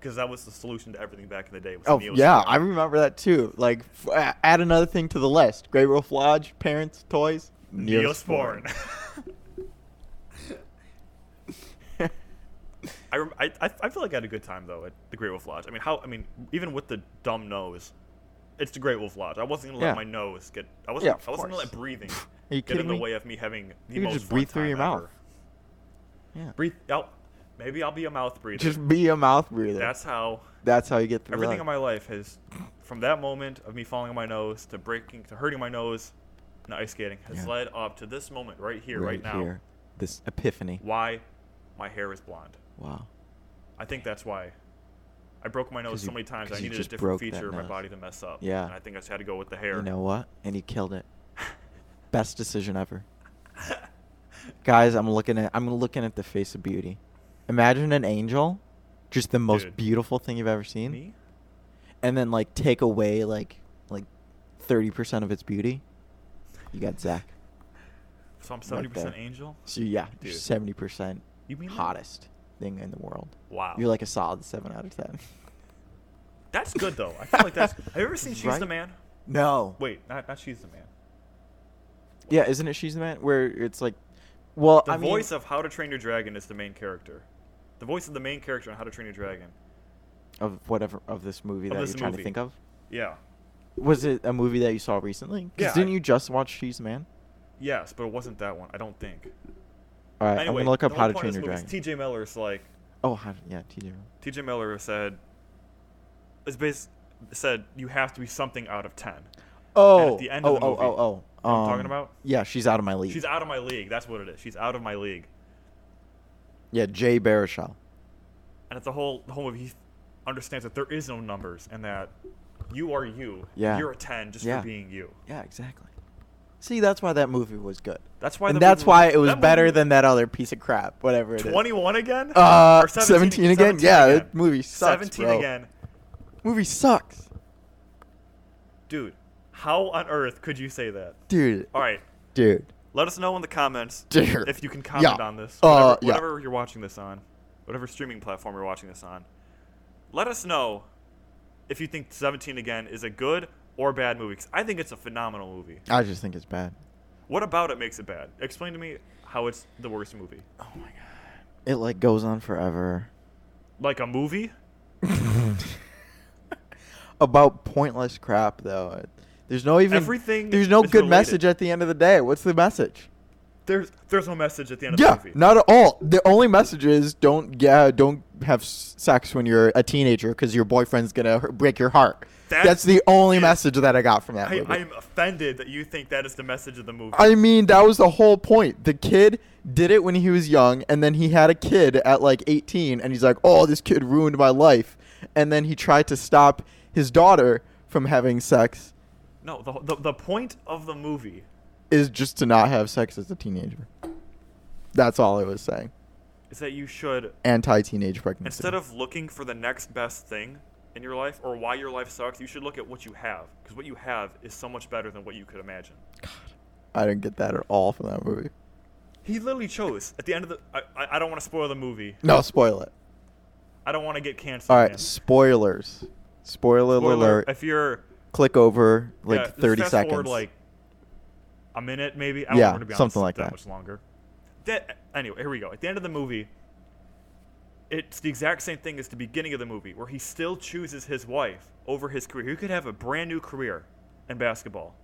A: Because that was the solution to everything back in the day. Was
B: Oh
A: Neosporin.
B: yeah, I remember that too. Like, f- a- add another thing to the list: Grey Wolf Lodge, parents, toys,
A: Neosporin. [laughs]
B: [laughs]
A: I, rem- I, I I feel like I had a good time though at the Great Wolf Lodge. I mean, how I mean, even with the dumb nose, it's the Great Wolf Lodge. I wasn't gonna let
B: Yeah.
A: my nose get. I wasn't.
B: of
A: I wasn't gonna let
B: course.
A: breathing
B: you
A: get
B: kidding
A: in the
B: me?
A: way of me having the
B: You
A: most
B: can just
A: fun
B: breathe through
A: time
B: your
A: ever.
B: mouth. Yeah.
A: Breathe out. Maybe I'll be a mouth breather.
B: Just be a mouth breather. That's,
A: That's how
B: how you get through
A: everything
B: life.
A: in my life has, from that moment of me falling on my nose to breaking to hurting my nose, and ice skating has
B: Yeah.
A: led up to this moment right here, right, now.
B: here. This epiphany.
A: Why my hair is blonde.
B: Wow.
A: I think that's why. I broke my nose
B: 'Cause
A: so
B: you-
A: many times. I
B: 'cause you
A: needed a
B: just
A: different
B: broke that
A: feature of my
B: nose.
A: body to mess up.
B: Yeah.
A: And I think I just had to go with the hair. [laughs]
B: You know what? And you killed it. Best decision ever. Guys, I'm looking at I'm looking at the face of beauty. Imagine an angel, just the most
A: Dude.
B: beautiful thing you've ever seen,
A: Me?
B: and then like take away like like 30% of its beauty. You got Zach.
A: So I'm
B: Right
A: 70%
B: there.
A: angel?
B: So yeah, you're
A: Dude.
B: 70%
A: You mean that?
B: hottest thing in the world.
A: Wow.
B: You're like a solid 7 out of 10.
A: That's good though. I feel like that's. Have you ever seen She's the
B: Right?
A: Man?
B: [laughs] No.
A: Wait, not, not She's the Man.
B: Yeah, isn't it She's the Man where it's like well,
A: The
B: I mean,
A: voice of How to Train Your Dragon is the main character. The voice of the main character on How to Train Your Dragon.
B: of whatever of this movie
A: Of
B: that
A: this
B: you're trying
A: movie.
B: to think of.
A: Yeah.
B: Was it a movie that you saw recently? Because
A: Yeah,
B: didn't
A: I-
B: you just watch She's the Man?
A: Yes, but it wasn't that one. I don't think.
B: All right,
A: anyway,
B: I'm gonna look up
A: the
B: How
A: whole
B: to
A: point
B: Train
A: of
B: Your
A: this movie
B: Dragon.
A: is T.J. Miller's like
B: oh, how, yeah, TJ.
A: T.J. Miller said. Is based said you have to be something out of ten.
B: Oh,
A: the end
B: oh,
A: of the
B: oh,
A: movie.
B: oh,
A: You
B: oh,
A: know what I'm talking
B: um,
A: about?
B: Yeah, she's out of my league.
A: She's out of my league. That's what it is. She's out of my league.
B: yeah, Jay Baruchel.
A: And it's the whole the whole movie. He understands that there is no numbers and that you are you.
B: Yeah.
A: You're a ten just
B: Yeah.
A: for being you.
B: Yeah, exactly. See, that's why that movie was good,
A: That's why.
B: and
A: the
B: that's
A: movie-
B: why it was
A: that movie
B: better than that other piece of crap, whatever it is.
A: 21 again?
B: Uh,
A: Or
B: 17, again. yeah,
A: again.
B: that movie sucks,
A: 17
B: bro.
A: again.
B: Movie sucks,
A: Dude, how on earth could you say that?
B: dude.
A: All right,
B: Dude,
A: let us know in the comments
B: [laughs] Dude.
A: if you can comment
B: Yeah.
A: on this.
B: Uh,
A: Whatever,
B: yeah.
A: whatever you're watching this on, whatever streaming platform you're watching this on, let us know if you think 17 again is a good or bad movie. 'cause I think it's a phenomenal movie.
B: I just think it's bad.
A: What about it makes it bad? Explain to me how it's the worst movie.
B: It like goes on
A: [laughs]
B: forever.
A: Like a movie?
B: about pointless crap though. There's no even
A: Everything
B: There's no
A: is
B: good
A: related.
B: message at the end of the day. What's the message?
A: There's there's no message at the end of
B: Yeah,
A: the movie.
B: not at all. The only message is don't yeah don't have s- sex when you're a teenager because your boyfriend's gonna h- break your heart.
A: That's-
B: That's, the only
A: yeah.
B: message that I got from that
A: I,
B: movie.
A: I am offended that you think that is the message of the movie.
B: I mean, that was the whole point. The kid did it when he was young, and then he had a kid at like 18, and he's like, oh, this kid ruined my life. And then he tried to stop his daughter from having sex,
A: No, the, the the point of the movie
B: is just to not have sex as a teenager. That's all I was saying.
A: is that you should
B: Anti-teenage pregnancy.
A: instead of looking for the next best thing in your life or why your life sucks, you should look at what you have because what you have is so much better than what you could imagine.
B: I didn't get that at all from that movie.
A: He literally chose at the end of the. I I, I don't want to spoil the movie.
B: No, spoil it.
A: I don't want to get canceled.
B: All right,
A: man.
B: spoilers. Spoiler,
A: Spoiler,
B: alert.
A: If you're
B: Click over like
A: yeah, just
B: 30
A: fast
B: seconds.
A: forward, like a minute maybe. I don't
B: Yeah,
A: want to be honest,
B: something like that.
A: much longer. That anyway. Here we go. At the end of the movie, it's the exact same thing as the beginning of the movie, where he still chooses his wife over his career. He could have a brand new career in basketball.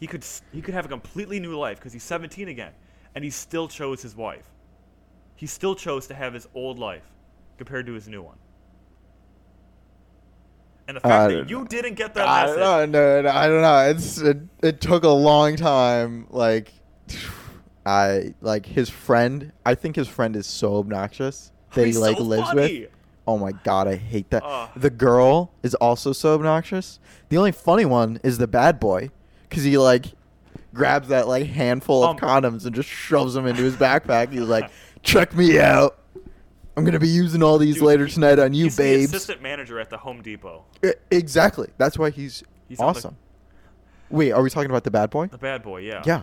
A: He could s- he could have a completely new life because he's 17 again, and he still chose his wife. He still chose to have his old life compared to his new one. And the
B: I
A: fact
B: don't
A: that you
B: know.
A: didn't get that
B: I
A: message,
B: don't know. No, no, I don't know. It's it, it took a long time. Like, I like his friend. I think his friend is so obnoxious that he
A: He's
B: like
A: so
B: lives
A: funny.
B: with. Oh my god, I hate that.
A: Ugh.
B: The girl is also so obnoxious. The only funny one is the bad boy because he like grabs that like handful of
A: Um,
B: condoms and just shoves them into his backpack. He's like, "Check me out. I'm gonna be using all
A: [laughs]
B: these
A: Dude,
B: later
A: he-
B: tonight on you,
A: He's the
B: babes."
A: assistant manager at the Home Depot.
B: E- Exactly. That's why he's,
A: He's on the-
B: awesome. Wait, are we talking about the bad boy?
A: The bad boy, yeah.
B: Yeah,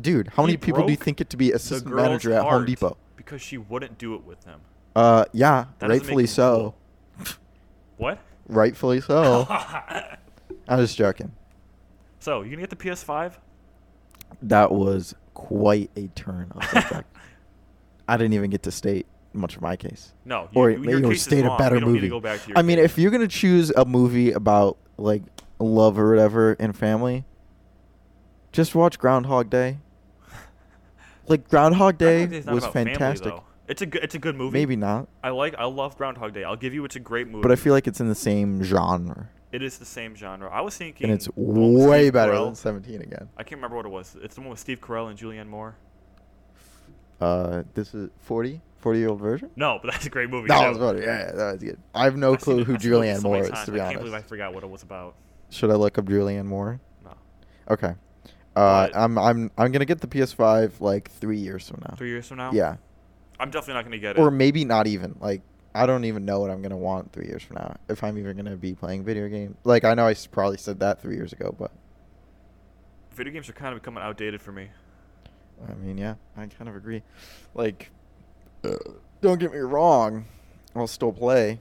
B: dude. How many
A: He
B: people do you
A: broke
B: think it to be
A: The
B: assistant
A: girl's
B: manager at Home
A: heart
B: Depot?
A: Because she wouldn't do it with him.
B: Uh, yeah,
A: That doesn't make
B: rightfully
A: him
B: so.
A: What?
B: [laughs]
A: [laughs]
B: Rightfully so. I was joking.
A: so, you gonna get the PS5?
B: That was quite a turn
A: [laughs]
B: of subject. I didn't even get to state much of my case.
A: No, you,
B: or
A: you-
B: maybe
A: your
B: it was
A: case
B: state
A: is
B: a
A: wrong.
B: better
A: you don't
B: movie.
A: Need to go back to your
B: I mean,
A: case.
B: if you're gonna choose a movie about like love or whatever and family, just watch Groundhog Day. Like Groundhog Day
A: Groundhog Day's not
B: was
A: about family,
B: fantastic.
A: though. it's a good, it's a good movie.
B: Maybe not,
A: I like I love Groundhog Day. I'll give you it's a great movie.
B: but I feel like it's in the same genre,
A: it is the same genre. I was thinking
B: and it's
A: the one with
B: way
A: Steve
B: better
A: Carell.
B: than Seventeen again.
A: I can't remember what it was. It's the one with Steve Carell and Julianne Moore.
B: Uh, this is 40? 40 year old version.
A: No, but that's a great movie.
B: That
A: too.
B: was funny. Yeah, yeah, that was good. I have no
A: I've seen
B: clue
A: it-
B: who
A: I've seen the movie
B: Julianne
A: so
B: Moore
A: many
B: is,
A: times,
B: to be
A: I
B: honest.
A: can't believe I forgot what it was about.
B: Should I look up Julianne Moore?
A: No.
B: Okay. Uh,
A: But-
B: I'm I'm I'm gonna get the PS5 like three years from now.
A: Three years from now?
B: Yeah,
A: I'm definitely not going to get it.
B: or maybe not even. Like I don't even know what I'm gonna want three years from now if I'm even gonna be playing video game. Like I know I s- probably said that three years ago, but
A: Video games are kind of becoming outdated for me.
B: I mean, yeah, I kind of agree. Like, uh, don't get me wrong, I'll still play,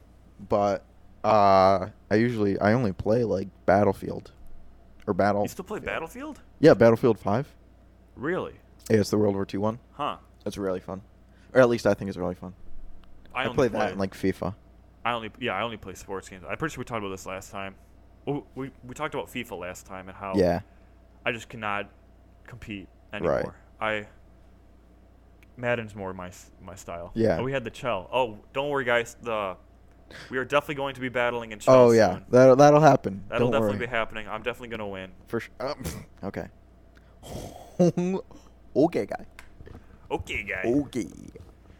B: but uh, I usually I only play like Battlefield or Battle.
A: You still play Battlefield?
B: Yeah, Battlefield Five.
A: Really?
B: Yeah, it's the World War II one.
A: Huh.
B: It's really fun, or at least I think it's really fun.
A: I,
B: I,
A: only
B: play that in like FIFA.
A: I only yeah, I only play sports games. I'm pretty sure we talked about this last time. We, we, we talked about FIFA last time and how
B: Yeah,
A: I just cannot compete
B: Right.
A: anymore. I Madden's more my s- my style.
B: Yeah.
A: Oh, we had the Chell. Oh, don't worry, guys. The we are definitely going to be battling in Chell.
B: Oh yeah,
A: soon.
B: that'll that'll happen.
A: that'll
B: Don't
A: definitely
B: worry.
A: be happening. I'm definitely gonna win.
B: For sure. [laughs] okay. okay, guy.
A: Okay, guys.
B: Okay.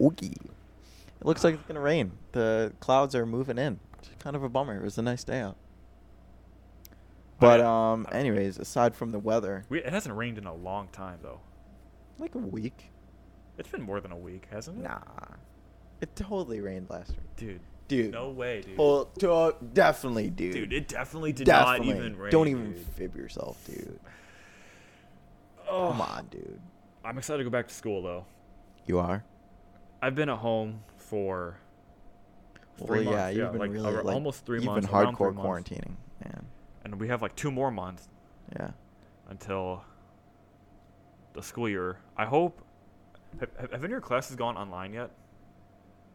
B: Okay. It looks like it's gonna rain. The clouds are moving in. It's kind of a bummer. It was a nice day out. But
A: Oh, yeah.
B: um, anyways, aside from the weather,
A: uh, We, it hasn't rained in a long time though.
B: like a week.
A: It's been more than a week, hasn't it?
B: Nah, it totally rained last week,
A: Dude.
B: dude.
A: No way, dude.
B: Well, to- definitely, dude.
A: dude, it definitely did
B: definitely.
A: not even rain.
B: Don't even
A: dude.
B: fib yourself, dude.
A: Oh,
B: Come on, dude.
A: I'm excited to go back to school though.
B: You are.
A: I've been at home for
B: Well,
A: Three
B: yeah,
A: months,
B: you've
A: yeah,
B: been
A: like,
B: really
A: ar-
B: like,
A: almost three
B: you've
A: months,
B: been
A: around three
B: hardcore
A: months.
B: quarantining, man.
A: and we have like two more months
B: Yeah.
A: until the school year. I hope. have- Have, have any of your classes gone online yet?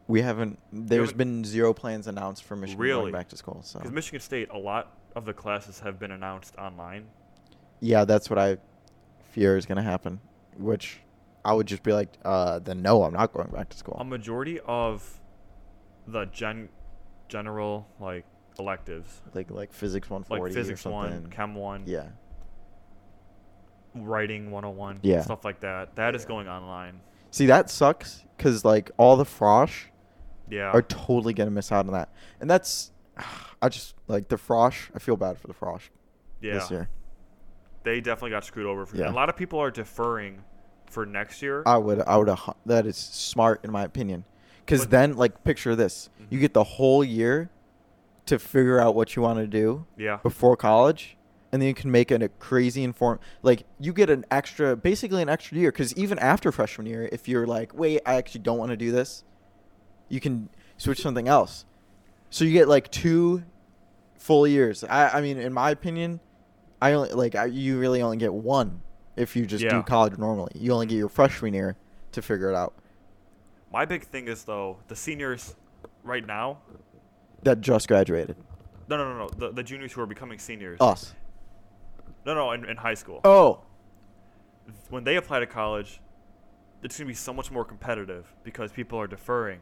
B: We haven't. There's
A: haven't-
B: been zero plans announced for Michigan
A: Really?
B: going back to school. So
A: Because Michigan State, a lot of the classes have been announced online.
B: yeah, that's what I fear is going to happen. Which I would just be like, uh, then no, I'm not going back to school.
A: A majority of the gen, general like electives,
B: like like physics 140
A: like physics
B: or something.
A: one, chem one,
B: yeah,
A: writing 101,
B: Yeah.
A: stuff like that. That is
B: Yeah.
A: going online.
B: see that sucks because like all the frosh
A: Yeah.
B: are totally gonna miss out on that, and that's [sighs] I just like the frosh. I feel bad for the frosh
A: yeah.
B: this year.
A: They definitely got screwed over. For A
B: Yeah.
A: lot of people are deferring for next year.
B: I would, I would. a hu- That is smart in my opinion, because
A: But-
B: then, like, picture this: you get the whole year to figure out what you want to do
A: yeah.
B: before college, and then you can make an, a crazy informed. Like, you get an extra, basically an extra year, because even after freshman year, if you're like, wait, I actually don't want to do this, you can switch something else. So you get like two full years. I, I mean, in my opinion, I only like I, you really only get one if you just do
A: Yeah.
B: college normally. You only get your freshman year to figure it out.
A: My big thing is though the seniors right now.
B: That just graduated.
A: No, no, no, no. The, the juniors who are becoming seniors.
B: Us.
A: No, no, in, in high school.
B: Oh,
A: When they apply to college, it's gonna be so much more competitive because people are deferring.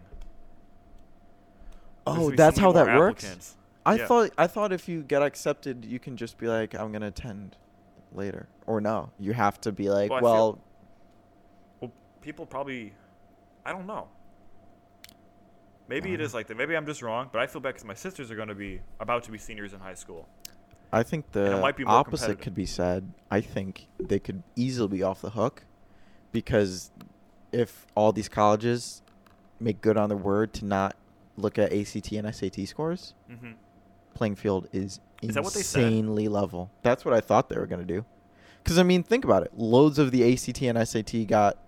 A: There's
B: oh,
A: gonna be so
B: that's
A: many
B: how
A: more
B: that works.
A: applicants.
B: I
A: Yeah.
B: thought I thought if you get accepted, you can just be like, I'm gonna attend later, or no, you have to be like,
A: Well, I
B: well,
A: feel- Well, people probably. I don't know.
B: Uh-huh.
A: Maybe it is like that. Maybe I'm just wrong, but I feel bad because my sisters are gonna be about to be seniors in high school.
B: I think the
A: might be more
B: opposite
A: competitive.
B: could be said. I think they could easily be off the hook because if all these colleges make good on their word to not look at ACT and SAT scores,
A: Mm-hmm.
B: playing field is
A: Is that what they said?
B: insanely level. That's what I thought they were going to do. Because, I mean, think about it. Loads of the ACT and SAT got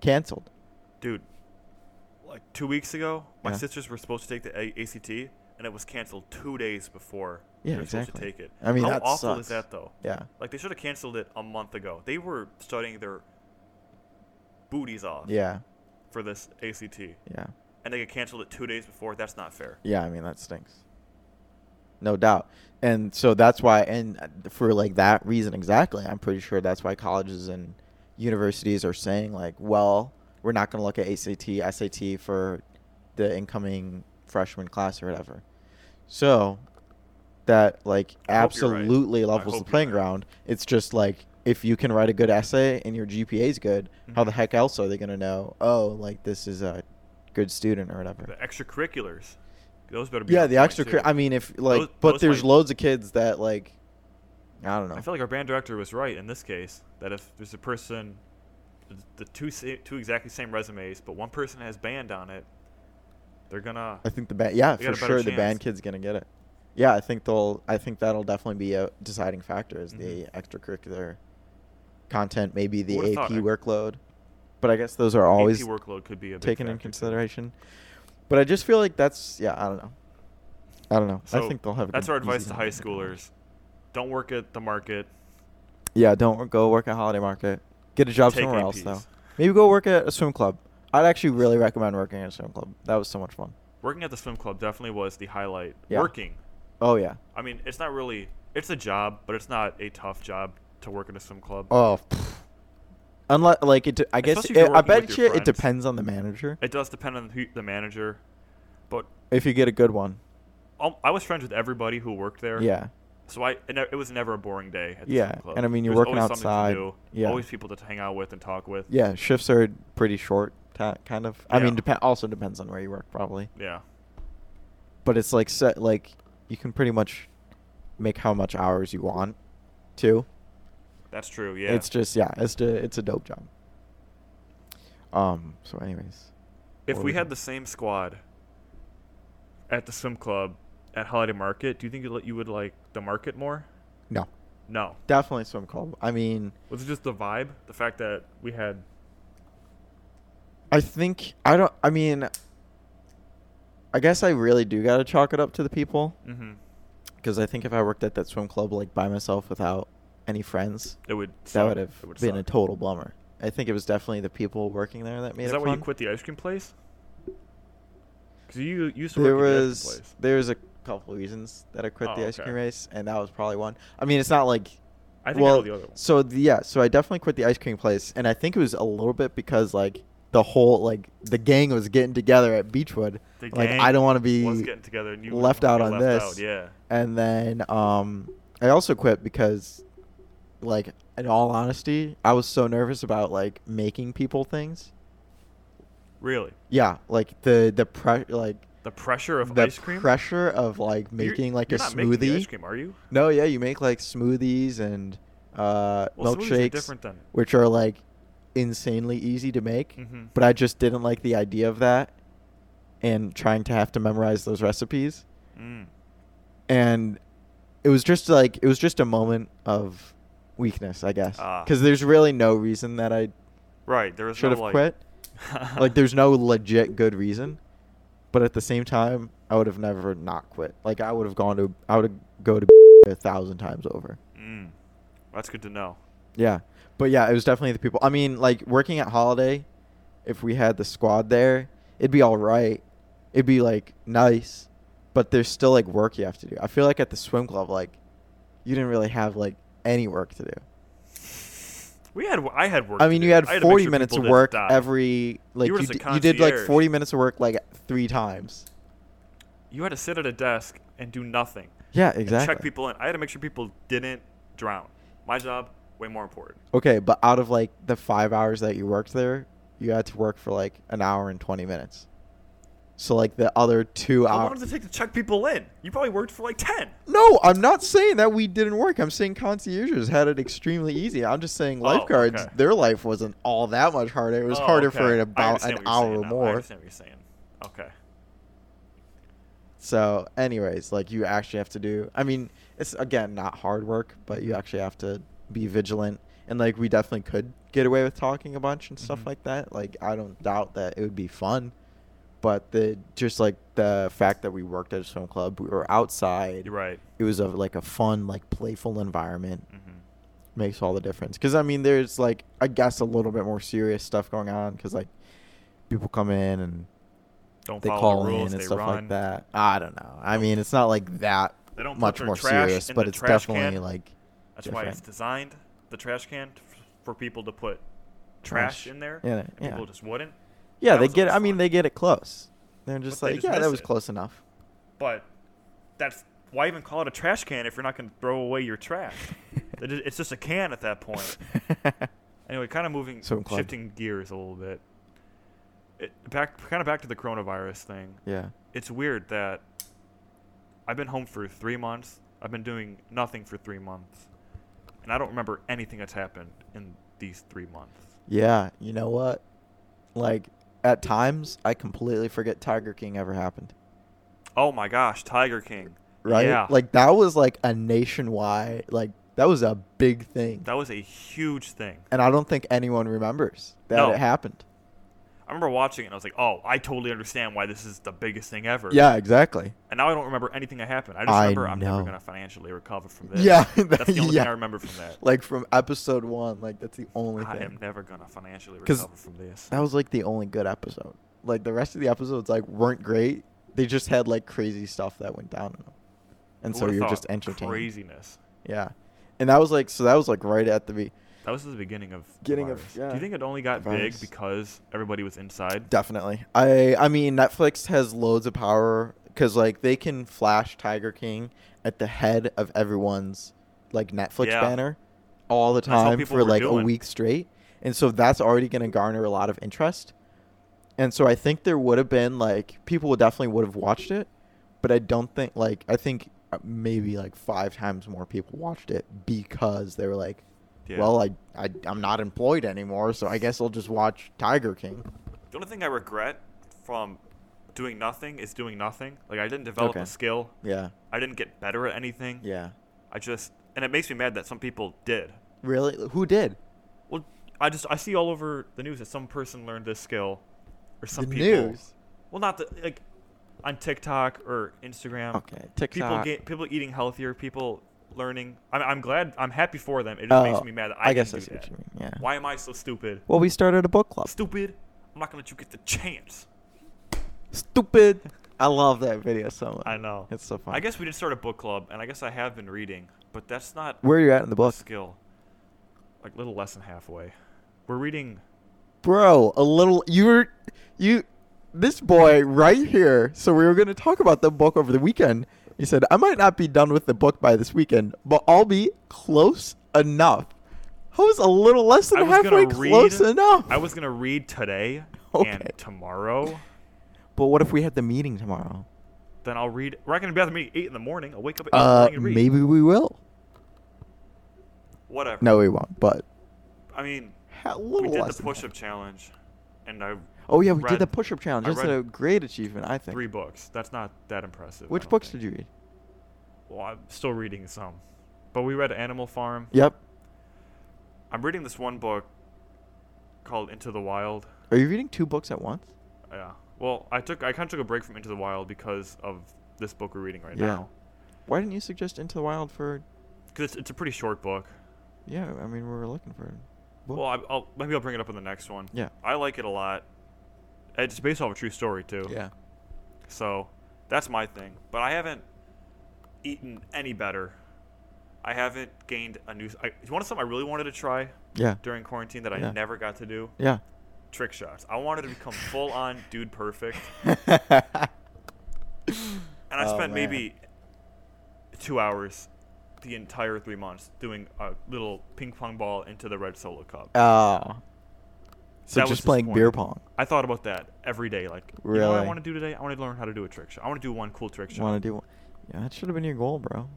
B: canceled.
A: Dude, like two weeks ago, my
B: Yeah.
A: sisters were supposed to take the a- ACT, and it was canceled two days before
B: Yeah,
A: they were
B: exactly.
A: supposed to take it.
B: I mean,
A: how
B: that
A: awful
B: sucks.
A: is that though?
B: Yeah.
A: Like they should have canceled it a month ago. They were studying their booties off
B: Yeah.
A: for this ACT,
B: Yeah.
A: and they get canceled it two days before. That's not fair.
B: Yeah, I mean that stinks. No doubt. And so that's why and for like that reason exactly, I'm pretty sure that's why colleges and universities are saying like, well, we're not going to look at ACT, SAT for the incoming freshman class or whatever. So that like
A: I hope you're right.
B: absolutely
A: I
B: levels the
A: hope you're
B: playing
A: right.
B: ground. It's just like if you can write a good essay and your GPA's good, how the
A: Mhm.
B: heck else are they going to know, oh, like this is a good student or whatever.
A: The extracurriculars, those better be.
B: Yeah,
A: on
B: the
A: point,
B: extra.
A: too.
B: Cre- I mean, if like,
A: Those-
B: but
A: those,
B: there's
A: like-
B: loads of kids that like, I don't know.
A: I feel like our band director was right in this case that if there's a person, the two sa- two exactly same resumes, but one person has band on it, they're gonna.
B: I think the band. Yeah,
A: They
B: for
A: got a
B: sure,
A: better
B: the band
A: chance.
B: kid's gonna get it. Yeah, I think they'll. I think that'll definitely be a deciding factor is the
A: Mhm.
B: extracurricular content, maybe the
A: Would've
B: AP
A: thought-
B: workload. But I guess those are always
A: AP workload could be a big
B: taken in
A: factor, too.
B: consideration. But I just feel like that's yeah. I don't know. I don't know. I
A: So,
B: think they'll have. a
A: That's
B: good-
A: our advice
B: easy
A: to
B: time
A: high
B: in college.
A: schoolers: don't work at the market.
B: Yeah, don't wor- go work at Holiday Market. Get a job
A: Take
B: somewhere else
A: APs.
B: though. Maybe go work at a swim club. I'd actually really recommend working at a swim club. That was so much fun.
A: Working at the swim club definitely was the highlight.
B: Yeah.
A: Working.
B: Oh yeah.
A: I mean, it's not really. It's a job, but it's not a tough job to work at a swim club.
B: Oh. Unless like it, de- I guess
A: Especially if
B: it,
A: you're
B: I
A: working
B: bet
A: with
B: you
A: your
B: it
A: friends.
B: depends on the manager.
A: It does depend on who, the manager, but
B: If you get a good one.
A: um, I was friends with everybody who worked there.
B: Yeah.
A: So I it, ne- it was never a boring day. At the
B: Yeah,
A: swim club.
B: and I mean, you're
A: There was
B: working
A: always something to
B: outside.
A: do,
B: Yeah.
A: always people to hang out with and talk with.
B: Yeah, shifts are pretty short ti kind of. I
A: Yeah.
B: mean depend also depends on where you work probably.
A: yeah.
B: But it's like set like you can pretty much make how much hours you want too.
A: That's true. Yeah,
B: It's just yeah, it's a, it's a dope job. Um so anyways.
A: if
B: what
A: we
B: was
A: had
B: it?
A: the same squad at the swim club at Holiday Market, do you think you you would like the market more?
B: No.
A: No,
B: Definitely swim club. I mean,
A: was it just the vibe, the fact that we had
B: I think I don't. I mean, I guess I really do gotta chalk it up to the people
A: hmm
B: because I think if I worked at that swim club like by myself without any friends,
A: it would
B: that
A: suck.
B: would have
A: It would
B: been a
A: suck.
B: total bummer. I think it was definitely the people working there that made
A: Is
B: it
A: that
B: fun.
A: why you quit the ice cream place? Because you you used to
B: there
A: work at the ice cream
B: was
A: place.
B: there was a couple reasons that I quit
A: Oh,
B: the ice
A: okay.
B: cream race, and that was probably one. I mean, it's not like
A: I think I know the other one.
B: So the, yeah, so I definitely quit the ice cream place, and I think it was a little bit because like the whole like the gang was getting together at Beechwood.
A: The
B: like
A: gang
B: I don't want to
A: was
B: be
A: getting together and you
B: left out
A: you
B: on
A: left
B: this.
A: out, yeah.
B: And then um, I also quit because, like, in all honesty, I was so nervous about like making people things.
A: Really,
B: Yeah, like the the pre- like
A: the pressure of
B: the
A: ice cream.
B: pressure of like
A: You're-
B: making like
A: you're
B: a
A: not
B: smoothie.
A: making the ice cream, are you?
B: No, yeah, you make like smoothies and uh,
A: Well, smoothies are
B: milkshakes,
A: different then.
B: which are like insanely easy to make.
A: Mhm.
B: But I just didn't like the idea of that, and trying to have to memorize those recipes.
A: Mm.
B: And it was just like it was just a moment of weakness, I guess,
A: Ah.
B: because there's really no reason that I
A: Right, there was
B: should
A: no,
B: have
A: like, [laughs]
B: quit. like, there's no legit good reason. But at the same time, I would have never not quit. Like, I would have gone to I would have go to [laughs] a thousand times over.
A: Mm. That's good to know.
B: Yeah. But yeah, it was definitely the people. I mean, like working at Holiday, if we had the squad there, it'd be all right. It'd be like nice, but there's still like work you have to do. I feel like at the swim club, like you didn't really have like any work to do.
A: We had I had work.
B: I
A: to
B: mean,
A: do.
B: you had
A: I to make
B: 40
A: sure
B: minutes
A: people
B: of
A: didn't
B: work
A: die.
B: every like
A: You
B: you,
A: were just
B: d-
A: a
B: you did like
A: concierge.
B: 40 minutes of work like three times.
A: You had to sit at a desk and do nothing.
B: Yeah,
A: and
B: exactly.
A: check people in. I had to make sure people didn't drown. My job way more important.
B: Okay, but out of like the five hours that you worked there, you had to work for like an hour and twenty minutes. So like the other two
A: How long
B: hours.
A: does it take to check people in? You probably worked for like ten.
B: No, I'm not saying that we didn't work. I'm saying concierges had it extremely easy. I'm just saying lifeguards,
A: Oh, okay.
B: their life wasn't all that much harder. It was
A: Oh,
B: harder
A: okay.
B: for
A: I
B: it about
A: understand
B: an
A: what you're saying
B: hour
A: now. I
B: more.
A: understand what you're saying. Okay.
B: So, anyways, like you actually have to do. I mean, it's again not hard work, but you actually have to be vigilant. And like we definitely could get away with talking a bunch and stuff
A: Mhm.
B: like that. Like I don't doubt that it would be fun, but the just like the fact that we worked at a swim club, we were outside.
A: You're right.
B: It was a like a fun, like playful environment
A: Mm-hmm.
B: makes all the difference. Because I mean, there's like I guess a little bit more serious stuff going on. Because like people come in and
A: Don't
B: they
A: follow
B: call
A: the rules.
B: in and
A: they
B: stuff
A: run.
B: like that. I don't know. I mean, it's not like that
A: They don't put
B: much
A: their
B: more
A: trash
B: serious,
A: in
B: but
A: the
B: it's
A: trash
B: definitely
A: can.
B: like
A: That's why it's
B: different.
A: designed the trash can f- for people to put
B: Trash.
A: trash in there.
B: Yeah,
A: and
B: yeah.
A: People just wouldn't.
B: yeah,
A: that
B: they
A: was
B: get.
A: always
B: I mean,
A: fun.
B: they get it close. They're just
A: But they
B: like,
A: just
B: yeah, that
A: miss
B: was
A: it.
B: close enough.
A: But that's why even call it a trash can if you're not going to throw away your
B: [laughs]
A: trash. It ju- it's just a can at that point. Anyway, kind of moving,
B: So inclined.
A: shifting gears a little bit. It, back, kind of back to the coronavirus thing.
B: yeah,
A: It's weird that I've been home for three months. I've been doing nothing for three months, and I don't remember anything that's happened in these three months.
B: yeah. You know what? Like at times, I completely forget Tiger King ever happened.
A: Oh my gosh, Tiger King.
B: Right?
A: Yeah.
B: Like that was like a nationwide. Like that was a big thing,
A: That was a huge thing.
B: and I don't think anyone remembers that
A: No.
B: it happened.
A: I remember watching it and I was like, oh, I totally understand why this is the biggest thing ever.
B: Yeah, exactly.
A: And now I don't remember anything that happened. I just
B: I
A: remember I'm never
B: know.
A: going to financially recover from this.
B: Yeah, [laughs]
A: That's the only
B: yeah.
A: thing I remember from that.
B: Like from episode one, like that's the only
A: I
B: thing.
A: am never going to financially
B: 'Cause-
A: recover from this.
B: That was like the only good episode. Like the rest of the episodes like weren't great. They just had like crazy stuff that went down in them. And
A: Who
B: so
A: would've
B: you're
A: thought?
B: just entertained.
A: Craziness.
B: Yeah. And that was like so that was like right at the be-
A: That was the beginning of the
B: Getting a-
A: virus.
B: yeah.
A: Do you think it only got
B: The
A: big
B: virus.
A: because everybody was inside?
B: definitely. I I mean Netflix has loads of power cuz like they can flash Tiger King at the head of everyone's like Netflix
A: Yeah.
B: banner all the
A: That's how
B: time
A: people
B: for
A: were
B: like a
A: doing.
B: week straight. And so that's already going to garner a lot of interest. And so I think there would have been like people would definitely would have watched it, but I don't think like I think uh, maybe like five times more people watched it because they were like,
A: Yeah.
B: well, I, I I'm not employed anymore, so I guess I'll just watch Tiger King.
A: The only thing I regret from doing nothing is doing nothing. Like, I didn't develop
B: Okay.
A: a skill.
B: Yeah,
A: I didn't get better at anything.
B: yeah.
A: I just, and it makes me mad that some people did.
B: Really, who did?
A: Well, I just I see all over the news that some person learned this skill, or some
B: The
A: people.
B: news?
A: Well, not the like on TikTok or Instagram.
B: Okay, TikTok.
A: People get people eating healthier. People learning. I'm, I'm glad. I'm happy for them. It just makes
B: Oh,
A: me mad that
B: I
A: I,
B: guess
A: can
B: I
A: do
B: see what
A: that.
B: you mean, yeah.
A: Why am I so stupid?
B: Well, uh, we started a book club.
A: Stupid. I'm not gonna let you get the chance.
B: Stupid. I love that video so much.
A: I know.
B: It's so funny.
A: I guess we did start a book club, and I guess I have been reading, but that's not
B: Where are you at in the
A: a
B: book,
A: skill. Like little less than halfway. We're reading.
B: bro? A little. You're you. This boy right here. So we were going to talk about the book over the weekend. He said, "I might not be done with the book by this weekend, but I'll be close enough." I was a little less than
A: I was
B: halfway
A: gonna read.
B: close enough.
A: I was gonna read today
B: [laughs] Okay.
A: and tomorrow.
B: But what if we had the meeting tomorrow?
A: Then I'll read. We're not gonna be at the meeting at eight in the morning. I'll wake up at eight in the
B: Uh,
A: morning and read.
B: maybe we will.
A: Whatever.
B: No, we won't. But
A: I mean,
B: a little
A: we did
B: less
A: the
B: than
A: push-up
B: half.
A: challenge, and I
B: Oh yeah, we did
A: read
B: the push-up challenge.
A: I
B: That's
A: read
B: a great achievement, I think.
A: three books. That's not that impressive.
B: Which books did you read?
A: you? Well, I'm still reading some, but we read Animal Farm.
B: Yep.
A: I'm reading this one book called Into the Wild.
B: Are you reading two books at once?
A: Yeah. Well, I took I kind of took a break from Into the Wild because of this book we're reading right
B: Yeah.
A: now.
B: Why didn't you suggest Into the Wild for?
A: Because it's, it's a pretty short book.
B: Yeah, I mean we were looking for. a book.
A: Well, I, I'll maybe I'll bring it up in the next one.
B: yeah.
A: I like it a lot. It's based off a true story too.
B: Yeah.
A: So that's my thing. But I haven't eaten any better. I haven't gained a new. I, you want something I really wanted to try
B: Yeah.
A: during quarantine that I
B: Yeah.
A: never got to do?
B: Yeah.
A: Trick shots. I wanted to
B: [laughs]
A: become full on dude perfect, and I
B: Oh,
A: spent
B: man.
A: maybe two hours, the entire three months, doing a little ping pong ball into the red solo cup.
B: oh. Uh, So
A: That was
B: just
A: his
B: playing
A: point.
B: beer pong.
A: I thought about that every day. Like, you know what I
B: Really?
A: want to do today? I want to learn how to do a trick shot. I want to do one cool trick shot.
B: Want to do? one- Yeah, that should have been your goal, bro.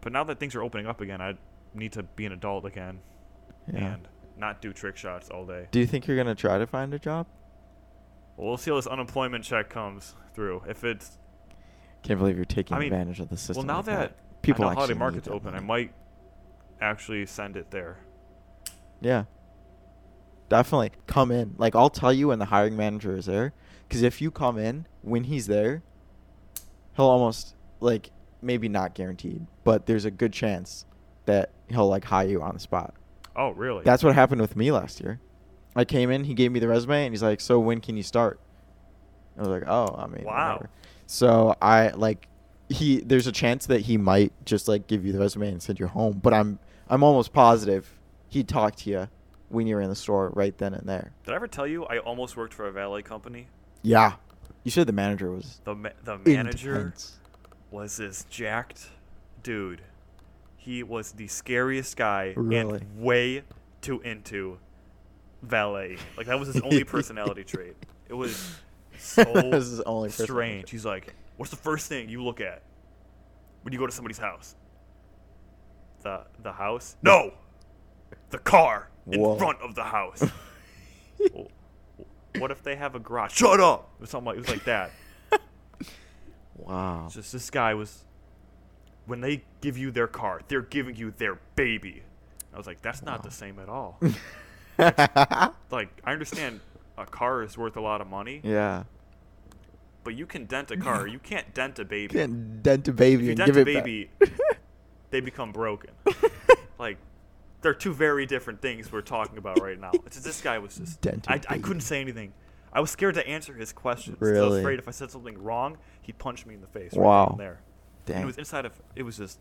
A: But now that things are opening up again, I need to be an adult again
B: Yeah.
A: and not do trick shots all day.
B: Do you think you're gonna try to find a job?
A: Well, we'll see how this unemployment check comes through. If it's
B: Can't believe you're taking
A: I mean,
B: advantage of the system.
A: well, now
B: like
A: that,
B: people
A: I know
B: actually
A: holiday
B: need
A: market's
B: that
A: open, I
B: money.
A: might actually send it there.
B: Yeah. Definitely come in. Like I'll tell you when the hiring manager is there, because if you come in when he's there, he'll almost like maybe not guaranteed, but there's a good chance that he'll like hire you on the spot.
A: Oh, really?
B: That's what happened with me last year. I came in, he gave me the resume, and he's like, "So when can you start?" I was like, "Oh, I mean,
A: Wow.
B: whatever." So I like he. There's a chance that he might just like give you the resume and send you home, but I'm I'm almost positive he talked to you when you were in the store right then and there.
A: Did I ever tell you I almost worked for a valet company?
B: Yeah, you said the manager was
A: The ma- the manager
B: intense.
A: was this jacked dude. He was the scariest guy
B: Really?
A: and way too into valet. Like that was his
B: [laughs]
A: only personality trait. It was so
B: That was his only personality trait.
A: strange. He's like, "What's the first thing you look at when you go to somebody's house? The the house? No, the car in
B: Whoa.
A: front of the
B: [laughs]
A: house. Well, what if they have a garage? Shut up! It was something like it was like that.
B: Wow.
A: It's just this guy was. When they give you their car, they're giving you their baby. I was like, that's not the same at
B: [laughs]
A: all. like, I understand a car is worth a lot of money,
B: yeah.
A: but you can dent a car. You can't dent a baby.
B: Can't dent a baby
A: if you
B: and
A: dent
B: give
A: a
B: it back. [laughs]
A: baby, they become broken. like, they're two very different things we're talking about right now. It's just, this guy was just.
B: Dent a
A: I, I
B: baby.
A: couldn't say anything. I was scared to answer his questions. 'cause I was
B: Really?
A: afraid if I said something wrong, he'd punch me in the face. Right
B: Wow.
A: then and there. And
B: Dang.
A: it was inside of. It was just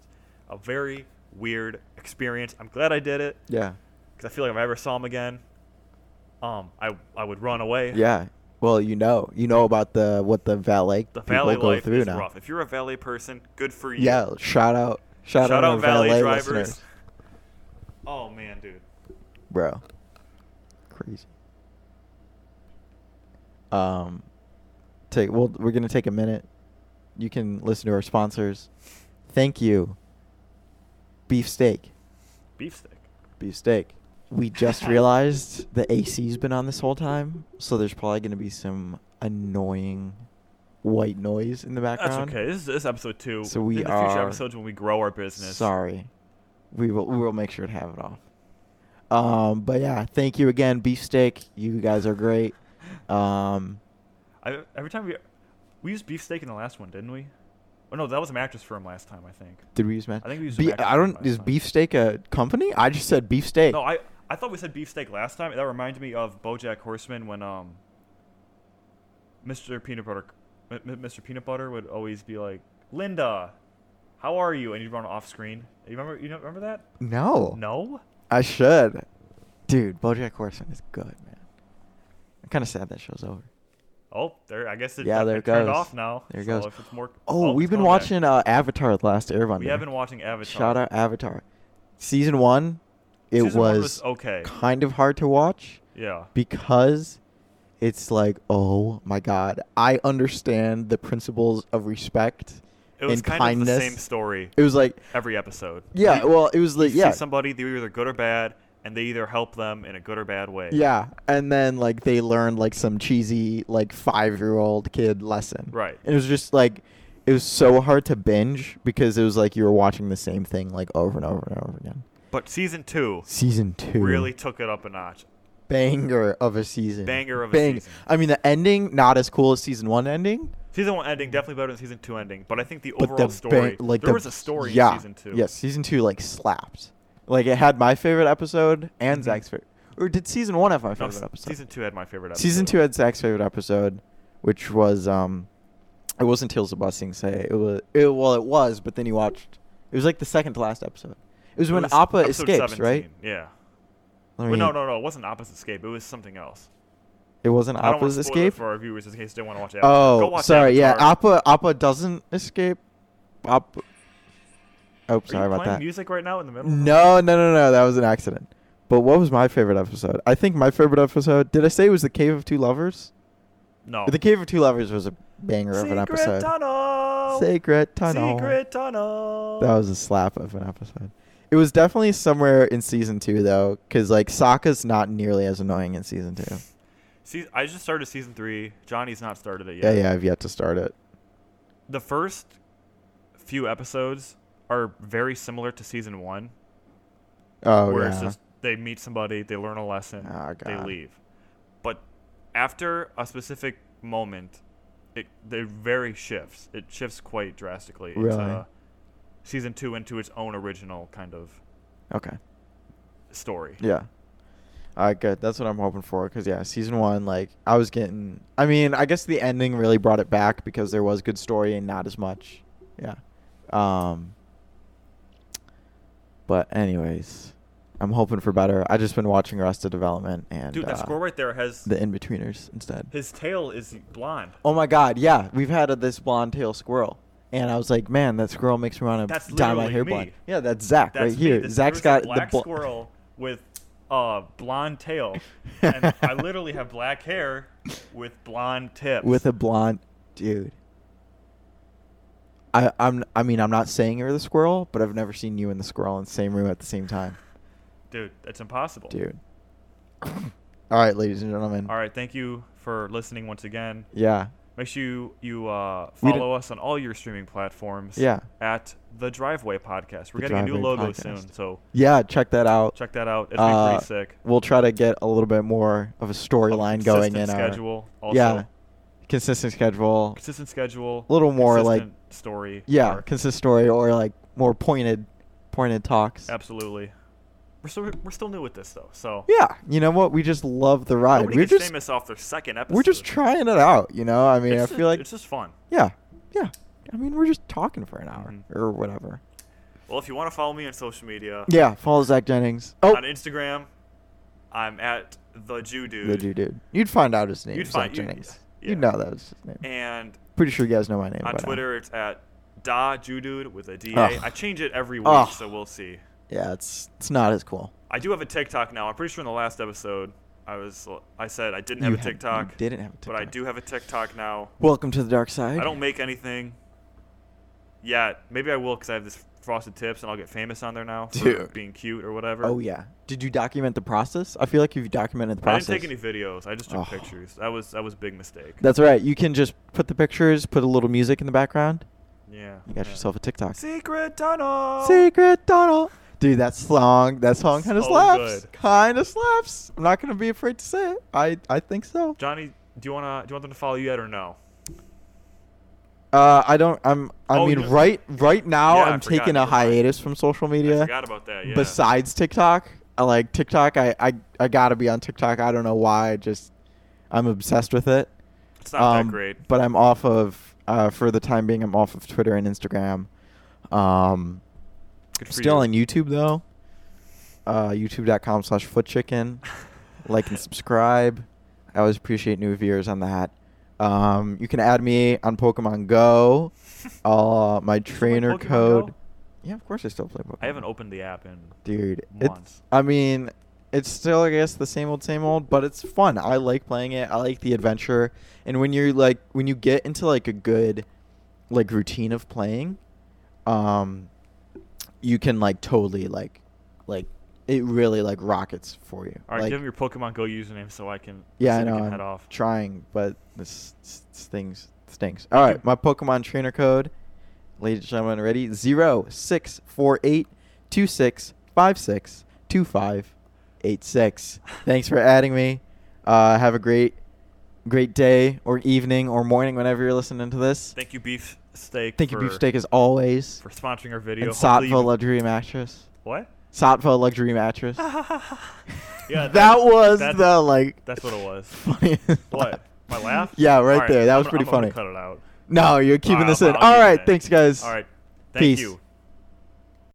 A: a very weird experience. I'm glad I did it
B: yeah.
A: because I feel like if I ever saw him again, um, I I would run away.
B: Yeah. Well, you know, you know about the what the valet
A: The
B: people
A: valet
B: go
A: life
B: through
A: is
B: now.
A: rough. If you're a valet person, good for you.
B: Yeah. Shout out, shout,
A: Shout
B: out,
A: out
B: to valet,
A: valet drivers.
B: listeners.
A: Oh man, dude.
B: bro. Crazy. Um, take well, we're gonna take a minute. You can listen to our sponsors. Thank you. Beef steak,
A: Beef stick.
B: beef steak.
A: [laughs]
B: We just realized the AC's been on this whole time, so there's probably gonna be some annoying white noise in the
A: That's
B: background.
A: okay. This is, this is episode two.
B: So we
A: in the future
B: are-
A: episodes when we grow our business.
B: Sorry. We will we will make sure to have it off. Um, but yeah, thank you again, Beefsteak. You guys are great. Um,
A: I, every time we we used beefsteak in the last one, didn't we? Oh no, that was a mattress firm last time, I think.
B: did we use Matt?
A: I think we used
B: Be-
A: Mac
B: I don't.
A: last
B: Is
A: time.
B: Beefsteak a company? I just said Beefsteak.
A: No, I I thought we said beefsteak last time. That reminded me of BoJack Horseman when um Mr. Peanut Butter M- M- Mr. Peanut Butter would always be like, "Linda, how are you?" and you'd run off screen. You remember you don't remember that?
B: no.
A: No?
B: I should. Dude, BoJack Horseman is good, man. I'm kind of sad that show's over.
A: Oh, there I guess it,
B: Yeah,
A: it
B: there it
A: turned
B: goes.
A: off now.
B: There it
A: so
B: goes.
A: If it's more,
B: Oh,
A: it's
B: we've been
A: going back.
B: watching uh, Avatar: The Last Airbender.
A: We have been watching Avatar.
B: Shout out Avatar, season one. It
A: Season one was okay.
B: kind of hard to watch.
A: Yeah.
B: because it's like, oh my god, I understand the principles of respect
A: It was
B: and
A: kind
B: kindness.
A: of the same story
B: It was like,
A: every episode.
B: yeah, well, it was like,
A: You
B: yeah,
A: see somebody, they're either good or bad, and they either help them in a good or bad way.
B: yeah, and then like they learned like some cheesy like five year old kid lesson,
A: Right.
B: And it was just like, it was so hard to binge because it was like you were watching the same thing like over and over and over again.
A: But season two
B: Season two,
A: really took it up a notch.
B: banger of a season,
A: Banger of a season.
B: I mean, the ending not as cool as season one ending,
A: Season one ending definitely better than season two ending, but I think the
B: but
A: overall
B: the
A: story,
B: ba- like
A: there
B: the-
A: was a story
B: yeah,
A: in season two.
B: Yes, season two like slapped. Like it had my favorite episode and
A: Mhm.
B: Zach's favorite. Or did season one have my
A: No,
B: favorite
A: s-
B: episode?
A: season two had my favorite episode.
B: Season two had Zach's favorite episode, which was um, it wasn't Tales of Busting. Say it was. It, well, it was, but then you watched. It was like the second to last episode. It was when Appa
A: episode
B: escapes, right?
A: 17, Yeah.
B: Let
A: Wait,
B: me-
A: no, no, no. It wasn't Opposite Escape. It was something else.
B: It wasn't
A: I don't want
B: Appa's
A: to spoil it
B: escape.
A: for our viewers in case they want to watch Avatar. Go
B: Oh,
A: watch
B: sorry. Yeah,
A: Avatar.
B: Appa Appa doesn't escape. Appa. Oh,
A: Are
B: sorry
A: you
B: about
A: playing
B: that.
A: music right now in the middle?
B: No, no, no, no. That was an accident. But what was my favorite episode? I think my favorite episode. Did I say it was the Cave of Two Lovers?
A: No.
B: The Cave of Two Lovers was a banger of
A: Oh. Secret
B: an episode.
A: tunnel.
B: Secret tunnel.
A: Secret tunnel.
B: That was a slap of an episode. It was definitely somewhere in season two though, because like Sokka's not nearly as annoying in season two.
A: See, I just started season three. Johnny's not started it yet.
B: Yeah, yeah, I've yet to start it.
A: The first few episodes are very similar to season one,
B: Oh
A: where
B: yeah.
A: it's just they meet somebody, they learn a lesson,
B: Oh,
A: they
B: God.
A: leave. But after a specific moment, it they very shifts. It shifts quite drastically. It's,
B: Really?
A: uh, season two into its own original kind of
B: okay.
A: story.
B: Yeah. All right, good. That's what I'm hoping for. Because, yeah, season one, like, I was getting. I mean, I guess the ending really brought it back because there was good story and not as much. Yeah. Um. But, anyways, I'm hoping for better. i just been watching Arrested Development and.
A: Dude, that
B: uh,
A: squirrel right there has
B: The In Betweeners instead.
A: his tail is blonde.
B: oh, my God. Yeah. We've had a, this blonde tail squirrel. And I was like, man, that squirrel makes me want
A: That's
B: to dye my
A: literally
B: hair
A: me.
B: blonde. Yeah, that's Zach
A: That's
B: right here.
A: Me. This-
B: Zach's
A: there
B: got
A: was a black
B: the bl-
A: squirrel with a uh, blonde
B: [laughs]
A: tail, and I literally have black hair with blonde tips.
B: with a blonde dude. I, I'm. I mean, I'm not saying you're the squirrel, but I've never seen you and the squirrel in the same room at the same time,
A: dude, that's impossible.
B: dude. [coughs] All right, ladies and gentlemen.
A: All right, thank you for listening once again.
B: Yeah,
A: Make sure you you uh,
B: We did-
A: follow us on all your streaming platforms.
B: yeah,
A: At the Driveway Podcast, we're
B: The
A: getting a new
B: Driveway
A: logo
B: Podcast.
A: soon, so
B: yeah. Check that out.
A: check that out. It's been
B: Uh,
A: pretty sick.
B: We'll try to get a little bit more of a storyline going in
A: Consistent
B: our
A: schedule. also.
B: yeah consistent schedule.
A: consistent schedule.
B: A little more like-
A: consistent story.
B: Yeah,
A: arc.
B: consistent story or like more pointed, pointed talks.
A: Absolutely. We're still we're still new with this though, so
B: Yeah, you know what? We just love the ride.
A: nobody
B: we're
A: gets
B: just
A: famous off their second episode.
B: we're just trying it out. You know, I mean,
A: It's
B: I
A: ju-
B: feel like
A: it's just fun.
B: Yeah, yeah. I mean, we're just talking for an hour
A: Mhm.
B: or whatever.
A: Well, if you want to follow me on social media,
B: Yeah, follow Zach Jennings. Oh,
A: on Instagram, I'm at the Jew dude.
B: the Jew dude. You'd find out his name.
A: You'd
B: Zach
A: find- you-
B: Jennings.
A: yeah.
B: You'd know that was his name.
A: And
B: Pretty sure you guys know my name. uh,
A: on
B: by now.
A: Twitter, it's at da Jew dude with a D A. I
B: Ugh.
A: change it every week,
B: Ugh.
A: so we'll see.
B: Yeah, it's it's not as cool.
A: I do have a TikTok now. I'm pretty sure in the last episode, I was I said I didn't have
B: You
A: a
B: had- you
A: TikTok,
B: didn't have a
A: but I
B: TikTok.
A: do have a TikTok now.
B: Welcome to the dark side.
A: I don't make anything yet. Maybe I will because I have this frosted tips and I'll get famous on there now for
B: Dude.
A: being cute or whatever.
B: Oh yeah. Did you document the process? I feel like you've documented the
A: I
B: process.
A: didn't take any videos. I just took
B: Oh.
A: pictures. That was that was a big mistake.
B: That's right. You can just put the pictures, put a little music in the background.
A: yeah.
B: You got
A: yeah.
B: yourself a TikTok.
A: secret tunnel.
B: Secret Donald. Dude, that song, that song kind of
A: So
B: slaps.
A: good.
B: Kind of slaps. I'm not gonna be afraid to say it. I, I think so.
A: Johnny, do you wanna do you want them to follow you yet or no?
B: Uh, I don't. I'm. I
A: Oh,
B: mean,
A: you-
B: right, right now,
A: Yeah, I
B: I'm
A: forgot,
B: taking a
A: never mind.
B: hiatus from social
A: I
B: media.
A: forgot about that. Yeah.
B: Besides TikTok, I like TikTok. I, I, I gotta be on TikTok. I don't know why. I just, I'm obsessed with it.
A: it's not
B: Um,
A: that great.
B: But I'm off of. Uh, for the time being, I'm off of Twitter and Instagram. Um,
A: Good for
B: still
A: you.
B: on YouTube though. Uh, YouTube.com slash
A: [laughs]
B: Foot Chicken. like and subscribe. I always appreciate new viewers on that. Um, you can add me on
A: [laughs]
B: Pokemon Go. Uh, my trainer
A: Pokemon
B: code.
A: Go?
B: Yeah, of course I still play Pokemon.
A: I haven't opened the app in
B: Dude,
A: months.
B: it's. I mean, it's still I guess the same old, same old, but it's fun. I like playing it. I like the adventure. And when you're like, when you get into like a good, like routine of playing, um, you can like totally like, like it really like rockets for you.
A: All right,
B: like,
A: give him your Pokemon Go username so I can
B: yeah,
A: so
B: I
A: we
B: know.
A: Can
B: I'm
A: head off.
B: trying, but this, this things stinks. All right, my Pokemon trainer code, ladies and gentlemen, ready? Zero six four eight two six five six two five eight six. Thanks for adding me. Uh, have a great, great day or evening or morning whenever you're listening to this.
A: Thank you, Beefsteak.
B: Thank you,
A: for-
B: Beefsteak, as always.
A: for sponsoring our video.
B: And
A: Hopefully you-
B: Sattva luxury mattress. [laughs]
A: What?
B: Sattva
A: [laughs]
B: luxury mattress.
A: Yeah,
B: that
A: that's-
B: was
A: that's-
B: the like.
A: That's what it was.
B: funniest laugh.
A: [laughs] What? My laugh?
B: Yeah, right
A: Alright,
B: there. That
A: I'm
B: was
A: gonna-
B: pretty
A: I'm
B: funny.
A: gonna Cut it out.
B: No, you're keeping
A: Alright,
B: this
A: I'll-
B: in.
A: I'll
B: All
A: keep it
B: right,
A: in.
B: thanks guys.
A: All right. Thank
B: Peace.
A: you.